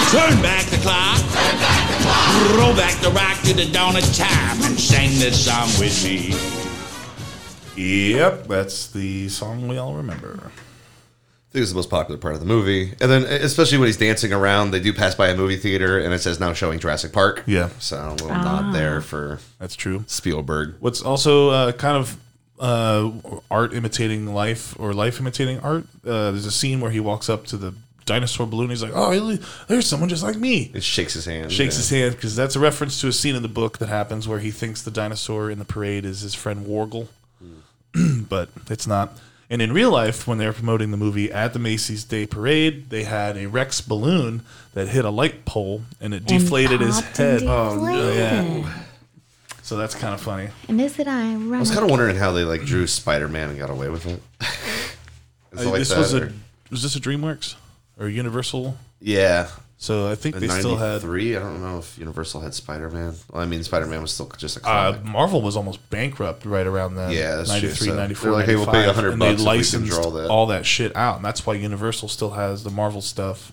Speaker 12: Turn back the clock. Roll back the rock to the dawn of time and sing this song with me.
Speaker 6: Yep, that's the song we all remember.
Speaker 5: I think it's the most popular part of the movie. And then, especially when he's dancing around, they do pass by a movie theater, and it says now showing Jurassic Park.
Speaker 6: Yeah.
Speaker 5: so a little
Speaker 6: Ah.
Speaker 5: nod there for
Speaker 6: that's true.
Speaker 5: Spielberg.
Speaker 6: What's also uh, kind of uh, art imitating life or life imitating art? Uh, there's a scene where he walks up to the dinosaur balloon. He's like, "Oh, really? there's someone just like me."
Speaker 5: It shakes his hand.
Speaker 6: Shakes
Speaker 5: yeah.
Speaker 6: his hand because that's a reference to a scene in the book that happens where he thinks the dinosaur in the parade is his friend Wargle,
Speaker 5: Hmm.
Speaker 6: but it's not. And in real life, when they were promoting the movie at the Macy's Day Parade, they had a Rex balloon that hit a light pole and it
Speaker 7: And
Speaker 6: deflated his
Speaker 7: popped and
Speaker 6: head. Oh no!
Speaker 7: deflated.
Speaker 6: Yeah. So that's kind of funny.
Speaker 7: And is it
Speaker 5: I
Speaker 7: ironic?
Speaker 5: was kind of wondering how they like drew Spider Man and got away with it. Is it
Speaker 6: Uh,
Speaker 5: like
Speaker 6: this
Speaker 5: that,
Speaker 6: was
Speaker 5: or-
Speaker 6: a was this a DreamWorks or Universal?
Speaker 5: Yeah.
Speaker 6: So I think
Speaker 5: In
Speaker 6: they still had.
Speaker 5: 93, I don't know if Universal had Spider Man. Well, I mean, Spider Man was still just a
Speaker 6: Uh,
Speaker 5: comic.
Speaker 6: Marvel was almost bankrupt right around then.
Speaker 5: Yeah, that's true.
Speaker 6: 93,
Speaker 5: So
Speaker 6: 94,
Speaker 5: they're like, hey, we'll pay
Speaker 6: 95,
Speaker 5: 100
Speaker 6: and they
Speaker 5: bucks if we can
Speaker 6: licensed
Speaker 5: draw that.
Speaker 6: all that shit out, and that's why Universal still has the Marvel stuff,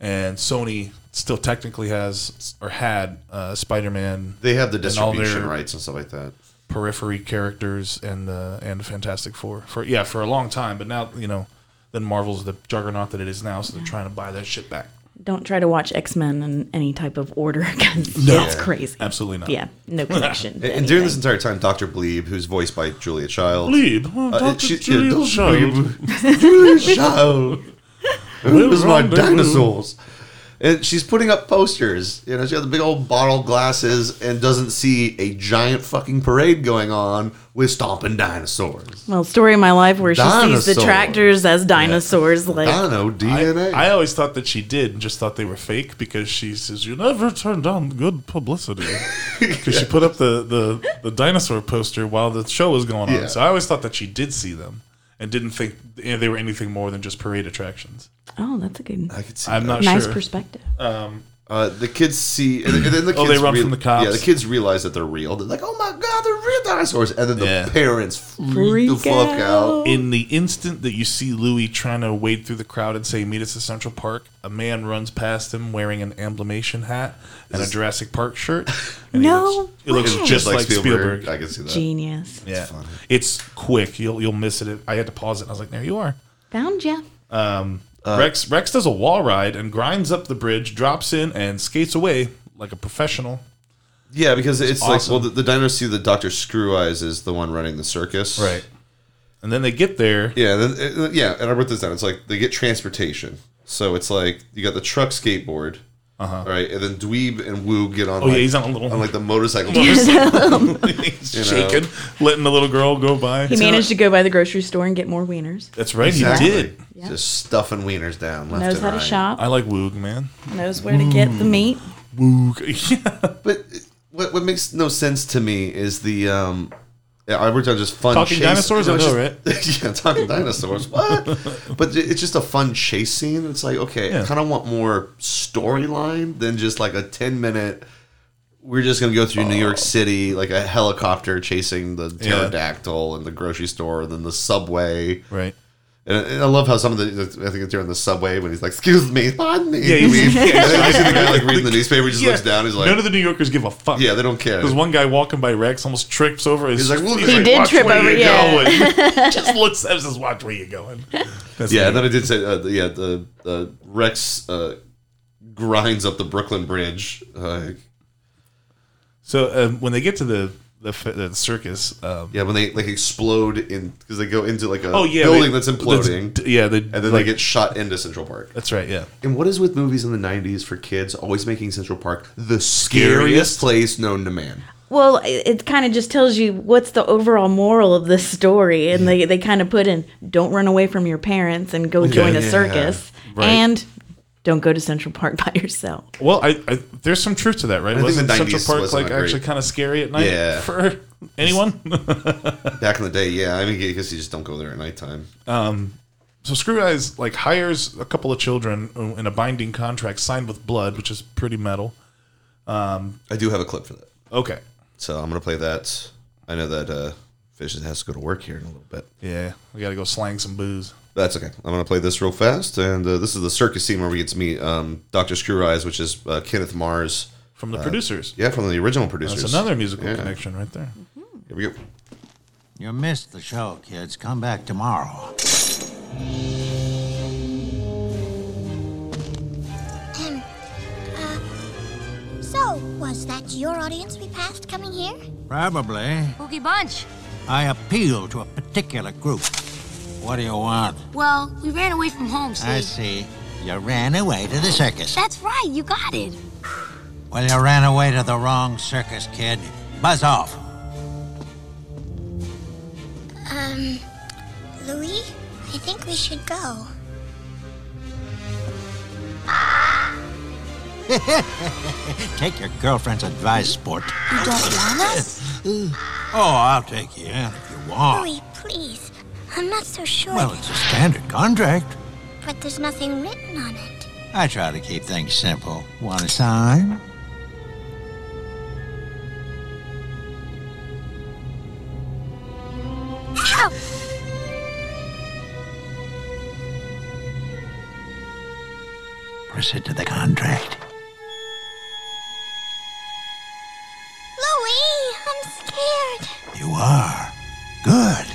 Speaker 6: and Sony still technically has or had uh, Spider Man.
Speaker 5: they have the distribution rights and stuff like that.
Speaker 6: periphery characters and uh, and Fantastic Four for yeah for a long time, but now you know then Marvel's the juggernaut that it is now, so they're trying to buy that shit back.
Speaker 7: Don't try to watch X Men in any type of order because
Speaker 6: No.
Speaker 7: that's
Speaker 5: Yeah.
Speaker 7: crazy.
Speaker 6: Absolutely not.
Speaker 7: Yeah, no connection.
Speaker 5: And,
Speaker 7: to
Speaker 5: and during
Speaker 7: anything.
Speaker 5: this entire time, Dr. Bleeb, who's voiced by Julia Child.
Speaker 6: Bleeb? Oh,
Speaker 5: Uh,
Speaker 6: Dr.
Speaker 5: she- yeah,
Speaker 6: Julia
Speaker 5: Dr.
Speaker 6: Child.
Speaker 5: Bleeb. Julia Child.
Speaker 6: Where
Speaker 5: Where's my
Speaker 6: are they?
Speaker 5: dinosaurs? And she's putting up posters. You know, she has the big old bottle glasses and doesn't see a giant fucking parade going on with stomping dinosaurs.
Speaker 7: Well, story of my life where she sees the
Speaker 5: Dinosaurs.
Speaker 7: tractors as dinosaurs. Like,
Speaker 5: Dino DNA.
Speaker 6: I always thought that she did and just thought they were fake because she says, You never turn down good publicity. Because she put up the, the, the dinosaur poster while the show was going on.
Speaker 5: Yeah.
Speaker 6: So I always thought that she did see them and didn't think you know, they were anything more than just parade attractions.
Speaker 7: oh, that's a good,
Speaker 5: I could see
Speaker 6: I'm
Speaker 5: that.
Speaker 6: not
Speaker 7: nice
Speaker 6: sure.
Speaker 7: perspective.
Speaker 6: Um,
Speaker 5: Uh, the kids see, and then the kids
Speaker 6: Oh, they run
Speaker 5: rea-
Speaker 6: from the cops.
Speaker 5: Yeah, the kids realize that they're real. They're like, "Oh my god, they're real dinosaurs!" And then the
Speaker 6: Yeah.
Speaker 5: parents freak, the
Speaker 7: Freak
Speaker 5: fuck out.
Speaker 6: in the instant that you see Louis trying to wade through the crowd and say, Meet us at Central Park, a man runs past him wearing an Emblemation hat and a Jurassic Park shirt. And he
Speaker 7: No
Speaker 6: looks- It looks
Speaker 7: way.
Speaker 6: just like Spielberg.
Speaker 5: I can see that.
Speaker 7: Genius.
Speaker 6: Yeah, it's, quick. You'll you'll miss it. I had to pause it. and I was like, "There you are."
Speaker 7: Found ya.
Speaker 6: Um,
Speaker 5: Uh,
Speaker 6: Rex Rex does a wall ride and grinds up the bridge, drops in, and skates away like a professional.
Speaker 5: Yeah, because it's,
Speaker 6: awesome.
Speaker 5: like, well, the, the dinosaur that Doctor Screw Eyes is the one running the circus,
Speaker 6: And then they get there.
Speaker 5: Yeah, then, uh, yeah. And I wrote this down. It's like they get transportation, so it's like you got the truck skateboard, Uh-huh. right, and then Dweeb and Woo get on.
Speaker 6: Oh, yeah, he's on a little-
Speaker 5: on like the motorcycle.
Speaker 7: He's
Speaker 6: He's shaking, letting the little girl go by.
Speaker 7: He managed to go by the grocery store and get more wieners.
Speaker 6: That's right,
Speaker 5: Exactly.
Speaker 6: he did.
Speaker 7: Yeah.
Speaker 5: Just stuffing wieners down. Left
Speaker 7: Knows
Speaker 5: and
Speaker 7: how to
Speaker 5: right.
Speaker 7: shop.
Speaker 6: I Mm. like Woog, man.
Speaker 7: Knows where to get the meat.
Speaker 6: Woog.
Speaker 5: What, what makes no sense to me is the um, yeah, I worked on just fun
Speaker 6: Talking
Speaker 5: chase-
Speaker 6: dinosaurs?
Speaker 5: No,
Speaker 6: I
Speaker 5: it's
Speaker 6: know,
Speaker 5: just- yeah, talking dinosaurs. What? but it- it's just a fun chase scene. It's like okay, I
Speaker 6: Yeah.
Speaker 5: kind of want more storyline than just like a ten minute. We're just gonna go through New York City like a helicopter chasing the
Speaker 6: Yeah.
Speaker 5: pterodactyl and the grocery store and then the subway.
Speaker 6: Right.
Speaker 5: And and I love how some of the I think it's during the subway when he's like, "Excuse me, pardon me."
Speaker 6: Yeah, he's-
Speaker 5: And then you see the guy like
Speaker 6: Yeah.
Speaker 5: reading the newspaper. He just looks down. He's like,
Speaker 6: none of the New Yorkers give a fuck.
Speaker 5: Yeah, they don't care.
Speaker 6: Because one guy walking by Rex almost trips over. His,
Speaker 5: He's like, look,
Speaker 6: he's
Speaker 5: He did
Speaker 6: "Watch
Speaker 5: trip
Speaker 6: where
Speaker 5: over,
Speaker 6: you're
Speaker 5: yeah."
Speaker 6: going." just looks at us, just watch where you're going.
Speaker 5: yeah, and then I did say, uh, the- yeah, the the Rex uh, grinds up the Brooklyn Bridge. Uh,
Speaker 6: So um, when they get to the the, f- the circus, um,
Speaker 5: yeah, when they like explode in because they go into like a
Speaker 6: Oh, yeah,
Speaker 5: building
Speaker 6: they-
Speaker 5: that's imploding.
Speaker 6: that's- yeah, they-
Speaker 5: and then they
Speaker 6: like-
Speaker 5: get shot into Central Park.
Speaker 6: that's right. Yeah,
Speaker 5: And what is with movies in the '90s for kids always making Central Park the scariest place known to man?
Speaker 7: Well, it, it kind of just tells you what's the overall moral of this story, and they, they kind of put in don't run away from your parents and go
Speaker 6: Okay.
Speaker 7: join a
Speaker 6: Yeah.
Speaker 7: circus,
Speaker 6: Right.
Speaker 7: and don't go to Central Park by yourself.
Speaker 6: Well, I, I there's some truth to that,
Speaker 5: I
Speaker 6: right?
Speaker 5: think
Speaker 6: Wasn't
Speaker 5: the
Speaker 6: Central
Speaker 5: 90s
Speaker 6: Park
Speaker 5: wasn't
Speaker 6: like
Speaker 5: that great.
Speaker 6: actually kind of scary at night
Speaker 5: Yeah.
Speaker 6: for anyone?
Speaker 5: Back in the day, yeah, I mean, because you just don't go there at nighttime.
Speaker 6: Um, so Screw Eyes like hires a couple of children in a binding contract signed with blood, which is pretty metal. Um,
Speaker 5: I do have a clip for that.
Speaker 6: Okay.
Speaker 5: So I'm gonna play that. I know that uh, Fish has to go to work here in a little bit.
Speaker 6: yeah, we got to go slang some booze.
Speaker 5: That's okay. I'm gonna play this real fast, and uh, this is the circus scene where we get to meet um, Doctor Screw Eyes, which is uh, Kenneth Mars
Speaker 6: From the
Speaker 5: Uh,
Speaker 6: producers.
Speaker 5: Yeah, from the original producers.
Speaker 6: That's another musical
Speaker 5: Yeah.
Speaker 6: connection right there.
Speaker 5: Here we go.
Speaker 13: You missed the show, kids. Come back tomorrow.
Speaker 3: Um, uh, So, was that your audience we passed coming here?
Speaker 13: Probably.
Speaker 1: Boogie Bunch.
Speaker 13: I appeal to a particular group. What do you want?
Speaker 1: Well, we ran away from home, see?
Speaker 13: I see. You ran away to the circus.
Speaker 1: That's right, you got it.
Speaker 13: Well, you ran away to the wrong circus, kid. Buzz off.
Speaker 3: Um, Louis, I think we should go.
Speaker 13: Take your girlfriend's advice, sport.
Speaker 3: You don't want us?
Speaker 13: oh, I'll take you in if you want.
Speaker 3: Louis, please. I'm not so sure,
Speaker 13: Well, it's a standard contract.
Speaker 3: but there's nothing written on it.
Speaker 13: I try to keep things simple. Want to sign?
Speaker 1: Ow!
Speaker 3: Oh,
Speaker 13: Proceed to the contract.
Speaker 3: Louis, I'm scared.
Speaker 13: You are. Good.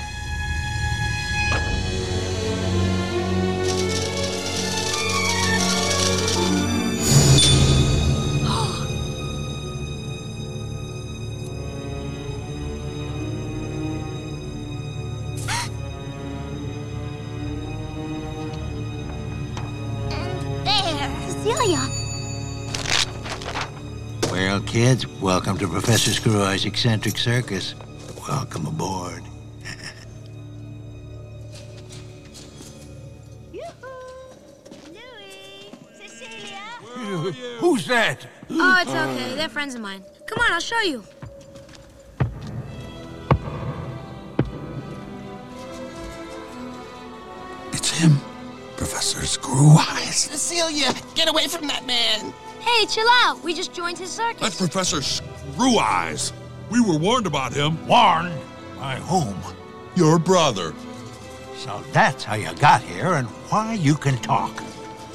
Speaker 3: There, Cecilia.
Speaker 13: Well, kids, welcome to Professor Screweye's Eccentric Circus. Welcome aboard. Who's that?
Speaker 11: Oh, it's okay. They're friends of mine. Come on, I'll show you.
Speaker 14: It's him, Professor Screw Eyes.
Speaker 10: Cecilia, get away from that man.
Speaker 11: Hey, chill out. We just joined his circus.
Speaker 14: That's Professor Screw Eyes. We were warned about him.
Speaker 13: Warned? By whom?
Speaker 14: Your brother.
Speaker 13: So that's how you got here and why you can talk.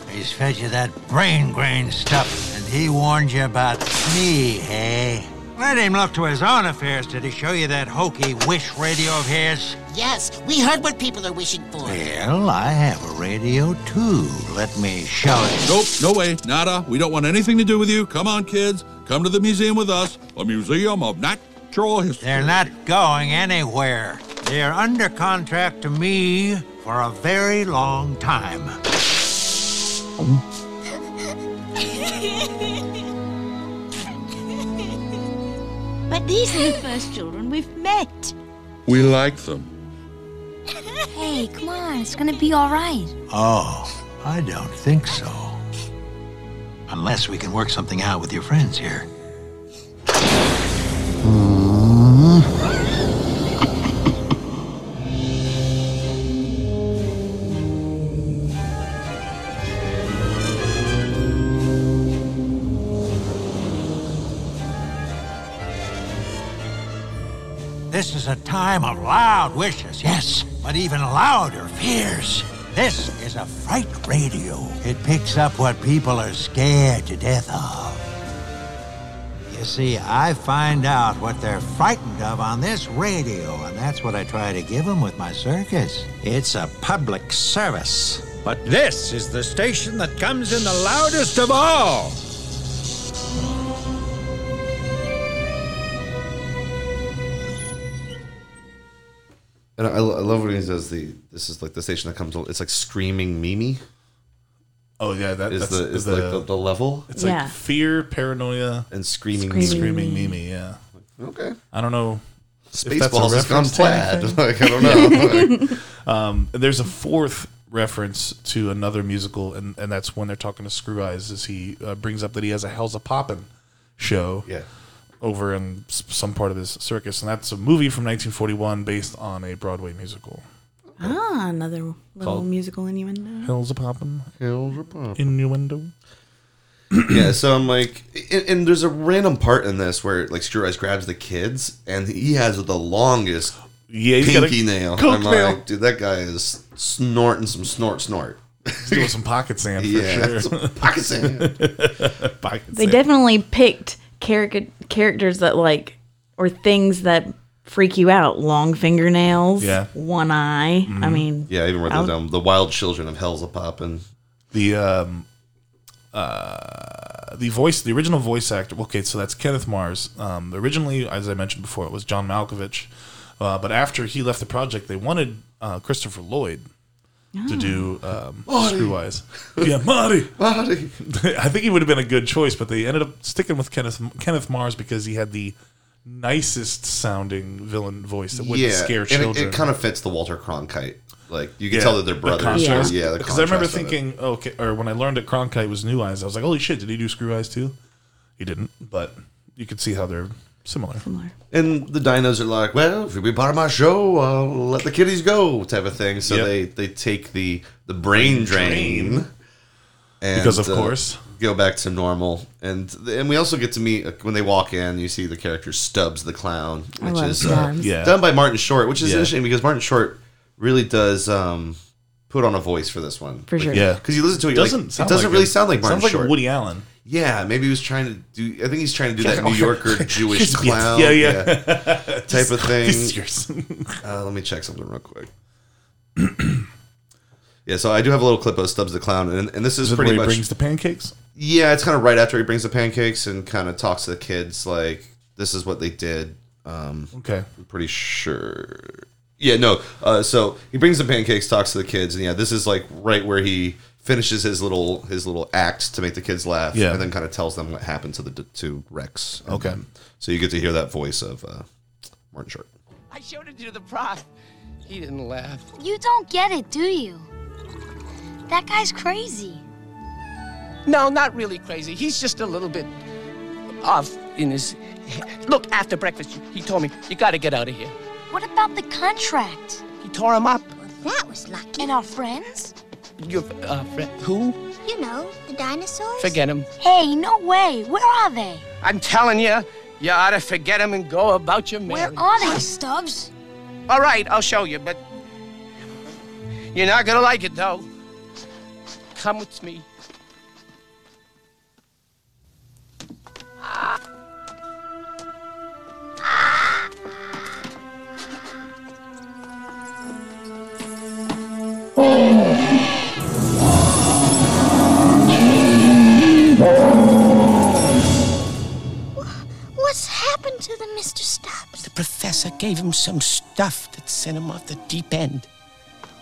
Speaker 13: He's fed you that brain grain stuff, and he warned you about me, hey? Let him look to his own affairs. Did he show you that hokey wish radio of his?
Speaker 10: Yes, we heard what people are wishing for.
Speaker 13: Well, I have a radio too. Let me show it.
Speaker 14: Nope, no way, nada. We don't want anything to do with you. Come on, kids. Come to the museum with us. A museum of natural history.
Speaker 13: They're not going anywhere. They're under contract to me for a very long time.
Speaker 15: But these are the first children we've met.
Speaker 14: We like them.
Speaker 15: Hey, come on, it's gonna be all right.
Speaker 13: Oh, I don't think so. Unless we can work something out with your friends here. This is a time of loud wishes, yes, but even louder fears. This is a fright radio. It picks up what people are scared to death of. You see, I find out what they're frightened of on this radio, and that's what I try to give them with my circus. It's a public service.
Speaker 16: But this is the station that comes in the loudest of all.
Speaker 5: And I, I love when he says the this is like the station that comes. It's like screaming Mimi.
Speaker 6: Oh yeah, that
Speaker 5: is
Speaker 6: that's
Speaker 5: the is like the, the level.
Speaker 6: It's
Speaker 7: Yeah.
Speaker 6: like fear, paranoia,
Speaker 5: and screaming,
Speaker 6: screaming,
Speaker 5: Mimi.
Speaker 6: Mimi. Yeah.
Speaker 5: Okay.
Speaker 6: I don't know. if
Speaker 5: Spaceballs has
Speaker 6: that's a reference
Speaker 5: gone
Speaker 6: to
Speaker 5: plaid.
Speaker 6: anything.
Speaker 5: Like, I don't
Speaker 6: um, there's a fourth reference to another musical, and, and that's when they're talking to Screw Eyes, is he uh, brings up that he has a Hell's a Poppin' show.
Speaker 5: Yeah.
Speaker 6: Over in s- some part of his circus, and that's a movie from 1941 based on a Broadway musical.
Speaker 7: Ah, another little
Speaker 6: Called-
Speaker 7: musical innuendo.
Speaker 6: Hell's a poppin'.
Speaker 5: Hell's a poppin'.
Speaker 6: Innuendo.
Speaker 5: yeah, so I'm like, and, and there's a random part in this where like Screw Eyes grabs the kids, and he has the longest
Speaker 6: yeah, he's got a
Speaker 5: pinky nail.
Speaker 6: coke
Speaker 5: I'm
Speaker 6: nail.
Speaker 5: like, dude, that guy is snorting some snort snort.
Speaker 6: He's doing some pocket sand for
Speaker 5: Yeah,
Speaker 6: sure.
Speaker 5: some pocket sand.
Speaker 6: pocket
Speaker 7: They
Speaker 6: sand.
Speaker 7: definitely picked carica- characters that like or things that freak you out. Long fingernails,
Speaker 5: Yeah.
Speaker 7: one eye. I
Speaker 5: Mhm.
Speaker 7: mean,
Speaker 5: yeah, I even wrote
Speaker 7: I'll-
Speaker 5: that down. The wild children of Hell's a poppin'.
Speaker 6: The um, uh, the voice, the original voice actor. Okay, so that's Kenneth Mars. Um, originally, as I mentioned before, it was John Malkovich, uh, but after he left the project, they wanted uh, Christopher Lloyd to do um,
Speaker 12: Marty.
Speaker 6: Screwwise. Yeah, Marty.
Speaker 5: Marty.
Speaker 6: I think he would have been a good choice, but they ended up sticking with Kenneth Kenneth Mars because he had the nicest sounding villain voice that wouldn't scare
Speaker 5: and it-
Speaker 6: children.
Speaker 5: It, kind of fits the Walter Cronkite. Like you can tell that they're brothers.
Speaker 6: The contrast.
Speaker 5: yeah,
Speaker 6: because I remember
Speaker 5: contrast of it.
Speaker 6: thinking, okay, or when I learned that Cronkite was New Eyes, I was like, holy shit, did he do Screw Eyes too? He didn't, but you could see how they're similar.
Speaker 7: Similar.
Speaker 5: And the dinos are like, well, if you be part of my show, I'll let the kiddies go, type of thing. So
Speaker 6: Yep.
Speaker 5: they, they take the the brain drain,
Speaker 6: Drain.
Speaker 5: and
Speaker 6: Because of
Speaker 5: uh,
Speaker 6: course.
Speaker 5: go back to normal. And and we also get to meet uh, when they walk in, you see the character Stubbs the clown,
Speaker 6: I
Speaker 5: which
Speaker 6: love
Speaker 5: is uh,
Speaker 6: Stubbs. Yeah.
Speaker 5: done by Martin Short, which is
Speaker 6: Yeah.
Speaker 5: interesting because Martin Short really does um, put on a voice for this one
Speaker 6: For sure.
Speaker 5: yeah,
Speaker 6: Yeah.
Speaker 5: because you listen to it, you're like,
Speaker 6: Doesn't
Speaker 5: it
Speaker 6: sound
Speaker 5: doesn't
Speaker 6: like
Speaker 5: really
Speaker 6: him.
Speaker 5: sound like Martin
Speaker 6: Sounds like
Speaker 5: Short.
Speaker 6: Woody Allen.
Speaker 5: Yeah, maybe he was trying to do. I think he's trying to do
Speaker 6: Yeah,
Speaker 5: that New
Speaker 6: okay.
Speaker 5: Yorker Jewish
Speaker 6: Yes,
Speaker 5: clown,
Speaker 6: yeah, yeah.
Speaker 5: type of thing.
Speaker 6: Yes, yes.
Speaker 5: uh, let me check something real quick. yeah, so I do have a little clip of Stubbs the clown, and, and this is
Speaker 6: Is it
Speaker 5: pretty
Speaker 6: where
Speaker 5: much
Speaker 6: he brings the pancakes.
Speaker 5: yeah, it's kind of right after he brings the pancakes and kind of talks to the kids like this is what they did. Um,
Speaker 6: Okay.
Speaker 5: I'm pretty sure. Yeah, no. Uh, so he brings the pancakes, talks to the kids, and yeah, this is like right where he finishes his little his little act to make the kids laugh,
Speaker 6: Yeah.
Speaker 5: and then kind of tells them what happened to the to Rex. And,
Speaker 6: Okay.
Speaker 5: um, so you get to hear that voice of uh, Martin Short.
Speaker 10: I showed it to the prof. He didn't laugh.
Speaker 1: You don't get it, do you? That guy's crazy.
Speaker 10: No, not really crazy. He's just a little bit off in his. Look, after breakfast, he told me, you gotta get out of here.
Speaker 1: What about the contract?
Speaker 10: He tore him up.
Speaker 1: That was lucky. And our friends?
Speaker 10: Your uh, friend. Who?
Speaker 1: You know, the dinosaurs?
Speaker 10: Forget him.
Speaker 1: Hey, no way. Where are they?
Speaker 10: I'm telling you, you ought to forget him and go about your
Speaker 1: Where
Speaker 10: marriage.
Speaker 1: are they, Stubbs?
Speaker 10: All right, I'll show you, but you're not gonna like it, though. Come with me.
Speaker 3: What's happened to them, Mr. Stubbs?
Speaker 10: The professor gave him some stuff that sent him off the deep end.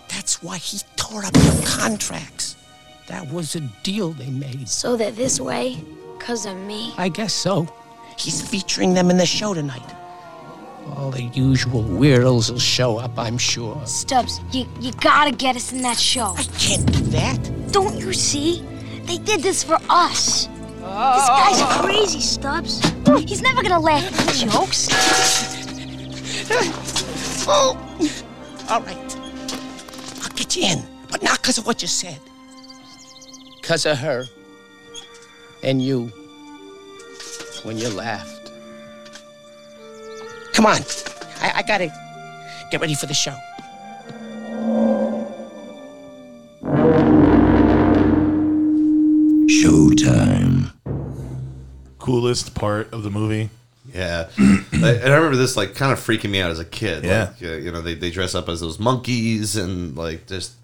Speaker 10: That's why he tore up the contracts. That was a deal they made.
Speaker 11: So they're this way, because of me.
Speaker 10: I guess so. He's featuring them in the show tonight. All the usual weirdos will show up, I'm sure.
Speaker 15: Stubbs, you, you gotta get us in that show. I
Speaker 10: can't do that.
Speaker 15: Don't you see? They did this for us. This guy's crazy, Stubbs. He's never gonna laugh at the jokes.
Speaker 10: Oh, all right. I'll get you in, but not because of what you said. Because of her. And you. When you laughed. Come on. I, I gotta get ready for the show.
Speaker 6: Showtime. Coolest part of the movie.
Speaker 5: Yeah, I- and I remember this like kind of freaking me out as a kid.
Speaker 6: Yeah.
Speaker 5: like, uh, you know they, they dress up as those monkeys and like just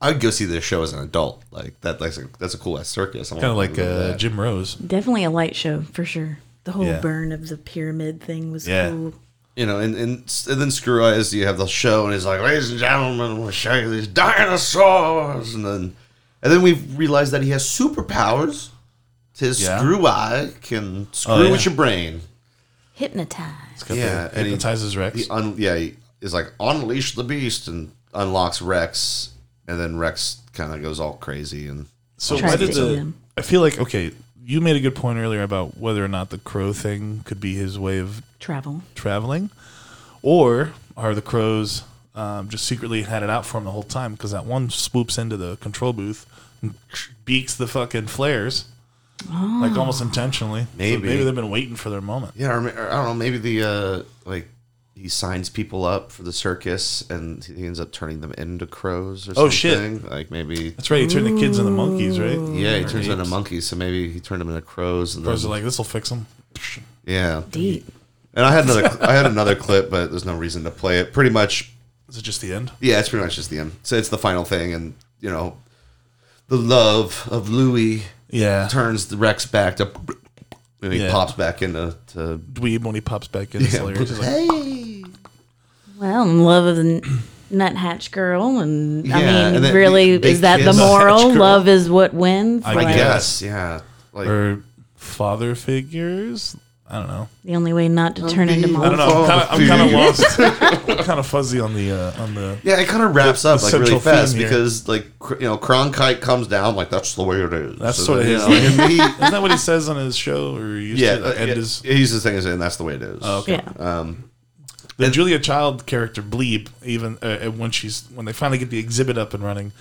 Speaker 5: I would go see this show as an adult. Like that, that's a, that's a cool ass circus. I
Speaker 6: Kinda
Speaker 5: wanna
Speaker 6: like,
Speaker 5: go to
Speaker 6: uh,
Speaker 5: that.
Speaker 6: Jim Rose.
Speaker 7: Definitely a light show for sure. The whole
Speaker 5: Yeah.
Speaker 7: burn of the pyramid thing was cool.
Speaker 5: You know, and, and, s- and then Screw Eyes, you have the show, and he's like, ladies and gentlemen, we'll show you these dinosaurs. And then and then we realize that he has superpowers. His
Speaker 6: Yeah. Oh,
Speaker 5: Screw Eye can screw
Speaker 6: yeah.
Speaker 5: with your brain.
Speaker 7: Hypnotized.
Speaker 5: Yeah, and he hypnotizes Rex. He un- yeah, he is like, unleash the beast, and unlocks Rex. And then Rex kind of goes all crazy. and
Speaker 6: So why did the? I feel like okay. You made a good point earlier about whether or not the crow thing could be his way of
Speaker 7: Travel.
Speaker 6: traveling, or are the crows um, just secretly had it out for him the whole time? Because that one swoops into the control booth, and beaks the fucking flares,
Speaker 7: Oh,
Speaker 6: like almost intentionally. So
Speaker 5: Maybe.
Speaker 6: maybe they've been waiting for their moment.
Speaker 5: Yeah, or, ma- or I don't know. Maybe the uh, like he signs people up for the circus, and he ends up turning them into crows or something.
Speaker 6: Oh, shit.
Speaker 5: Like maybe that's
Speaker 6: right, he turned the kids into monkeys, right?
Speaker 5: Yeah, he
Speaker 6: Or
Speaker 5: turns into
Speaker 6: apes.
Speaker 5: monkeys. So maybe he turned them into crows. And
Speaker 6: Crows
Speaker 5: then-
Speaker 6: are like, this will fix them.
Speaker 5: yeah.
Speaker 7: Deep.
Speaker 5: And I had another I had another clip, but there's no reason to play it. Pretty much
Speaker 6: Is it just the end?
Speaker 5: Yeah, it's pretty much just the end. So it's the final thing, and you know, the love of Louis.
Speaker 6: Yeah.
Speaker 5: turns the Rex back to, and he
Speaker 6: Yeah.
Speaker 5: pops back into to
Speaker 6: Dweeb when he pops back in. it's
Speaker 5: Yeah.
Speaker 6: hilarious. He's like,
Speaker 1: Hey.
Speaker 7: Well, in love of the n- nuthatch girl, and I
Speaker 5: Yeah,
Speaker 7: mean,
Speaker 5: and then
Speaker 7: really,
Speaker 5: big
Speaker 7: is that the
Speaker 5: kiss.
Speaker 7: moral?
Speaker 5: Nuthatch girl.
Speaker 7: Love is what wins.
Speaker 6: I
Speaker 7: Like,
Speaker 6: guess,
Speaker 5: yeah. Like,
Speaker 6: or father figures. I don't know.
Speaker 7: The only way not to turn into
Speaker 6: I
Speaker 7: monsters.
Speaker 6: don't know. I'm kinda, I'm kind of lost. kind of fuzzy on the uh, on the.
Speaker 5: Yeah, it kind of wraps
Speaker 6: the-
Speaker 5: up
Speaker 6: the
Speaker 5: like really
Speaker 6: central
Speaker 5: fast
Speaker 6: theme here.
Speaker 5: because like cr- you know Cronkite comes down like that's the way it is.
Speaker 6: that's
Speaker 5: So,
Speaker 6: sort of
Speaker 5: you
Speaker 6: his.
Speaker 5: know, and he-
Speaker 6: Isn't that what he says on his show? Or he used
Speaker 5: yeah,
Speaker 6: to,
Speaker 5: uh,
Speaker 6: like, end
Speaker 5: yeah,
Speaker 6: his-
Speaker 5: he's the thing is, and that's the way it is.
Speaker 6: Oh, okay.
Speaker 5: Um,
Speaker 6: the Julia Child character Bleep. Even uh, uh, when she's when they finally get the exhibit up and running,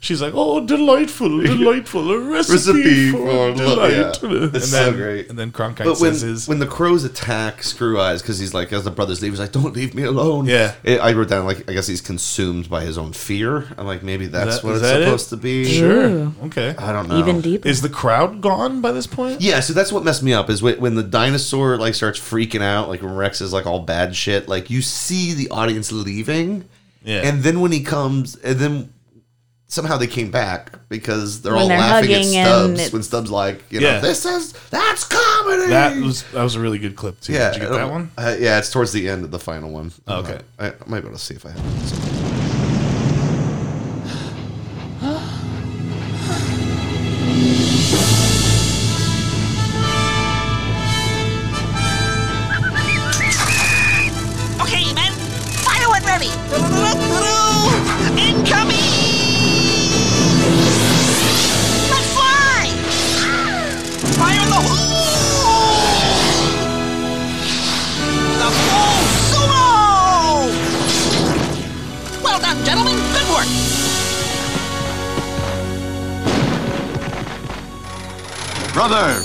Speaker 6: she's like, "Oh, delightful, delightful, a recipe,
Speaker 5: recipe
Speaker 6: for,
Speaker 5: for
Speaker 6: delight."
Speaker 5: yeah. It's
Speaker 6: And then,
Speaker 5: so great.
Speaker 6: And then Cronkite
Speaker 5: But when,
Speaker 6: says his.
Speaker 5: when the crows attack Screw Eyes because he's like, as the brothers leave, he's like, "Don't leave me alone."
Speaker 6: Yeah.
Speaker 5: It- I wrote down like, I guess he's consumed by his own fear. I'm like, maybe that's
Speaker 6: That-
Speaker 5: what
Speaker 6: is
Speaker 5: it's
Speaker 6: that it?
Speaker 5: supposed to be.
Speaker 6: Sure. Ooh. Okay.
Speaker 5: I don't know.
Speaker 7: Oh.
Speaker 6: Even deeper. Is the crowd gone by this point?
Speaker 5: Yeah, so that's what messed me up is when, when the dinosaur like starts freaking out, like when Rex is like all bad shit. Like you see the audience leaving,
Speaker 6: Yeah.
Speaker 5: and then when he comes, and then somehow they came back because they're
Speaker 7: When
Speaker 5: all
Speaker 7: they're
Speaker 5: laughing at
Speaker 7: hugging and
Speaker 5: Stubbs
Speaker 7: it's-
Speaker 5: when Stubbs like you
Speaker 6: Yeah.
Speaker 5: know this is that's comedy.
Speaker 6: That was that was a really good clip too.
Speaker 5: yeah,
Speaker 6: Did you
Speaker 5: I
Speaker 6: get that
Speaker 5: don't-
Speaker 6: one?
Speaker 5: Uh, yeah, it's towards the end of the final one.
Speaker 6: Okay.
Speaker 5: I, I might be able to see if I have. It.
Speaker 1: Okay, man. Fire when ready. Incoming! Let's fly! Fire in the hole! The full sumo! Well done, gentlemen. Good work.
Speaker 9: Brother!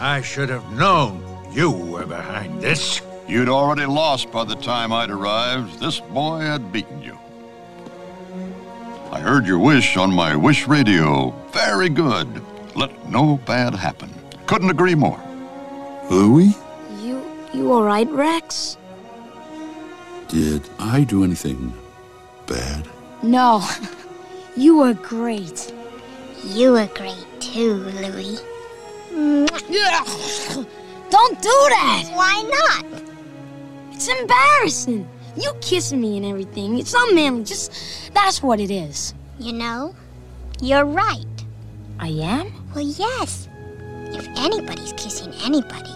Speaker 13: I should have known you were behind this.
Speaker 9: You'd already lost by the time I'd arrived. This boy had beaten you. I heard your wish on my wish radio. Very good. Let no bad happen. Couldn't agree more.
Speaker 14: Louis?
Speaker 15: You, you all right, Rex?
Speaker 14: Did I do anything bad?
Speaker 15: No. You were great.
Speaker 3: You were great too, Louis.
Speaker 15: Don't do that! Why not? It's embarrassing. You kissing me and everything. It's unmanly. Just, that's what it is.
Speaker 3: You know, you're right.
Speaker 15: I am?
Speaker 3: Well, yes. If anybody's kissing anybody,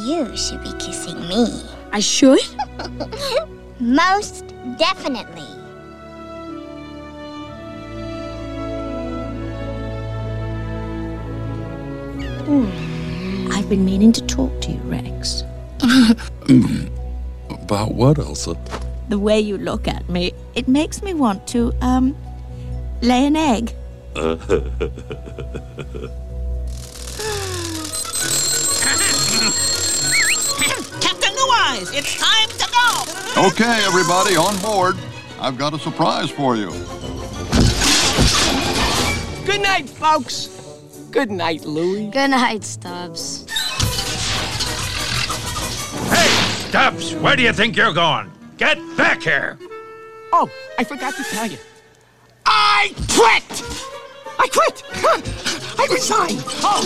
Speaker 3: You should be kissing me.
Speaker 1: I should?
Speaker 3: Most definitely.
Speaker 1: I've been meaning to talk to you, Rex.
Speaker 8: About what, Elsa?
Speaker 1: The way you look at me, it makes me want to, um, lay an egg.
Speaker 17: Captain New Eyes, it's time to go!
Speaker 9: Okay, everybody, on board. I've got a surprise for you.
Speaker 17: Good night, folks. Good night, Louie.
Speaker 1: Good night, Stubbs.
Speaker 12: Stubbs, where do you think you're going? Get back here!
Speaker 17: Oh, I forgot to tell you. I quit! I quit! I resign! Oh!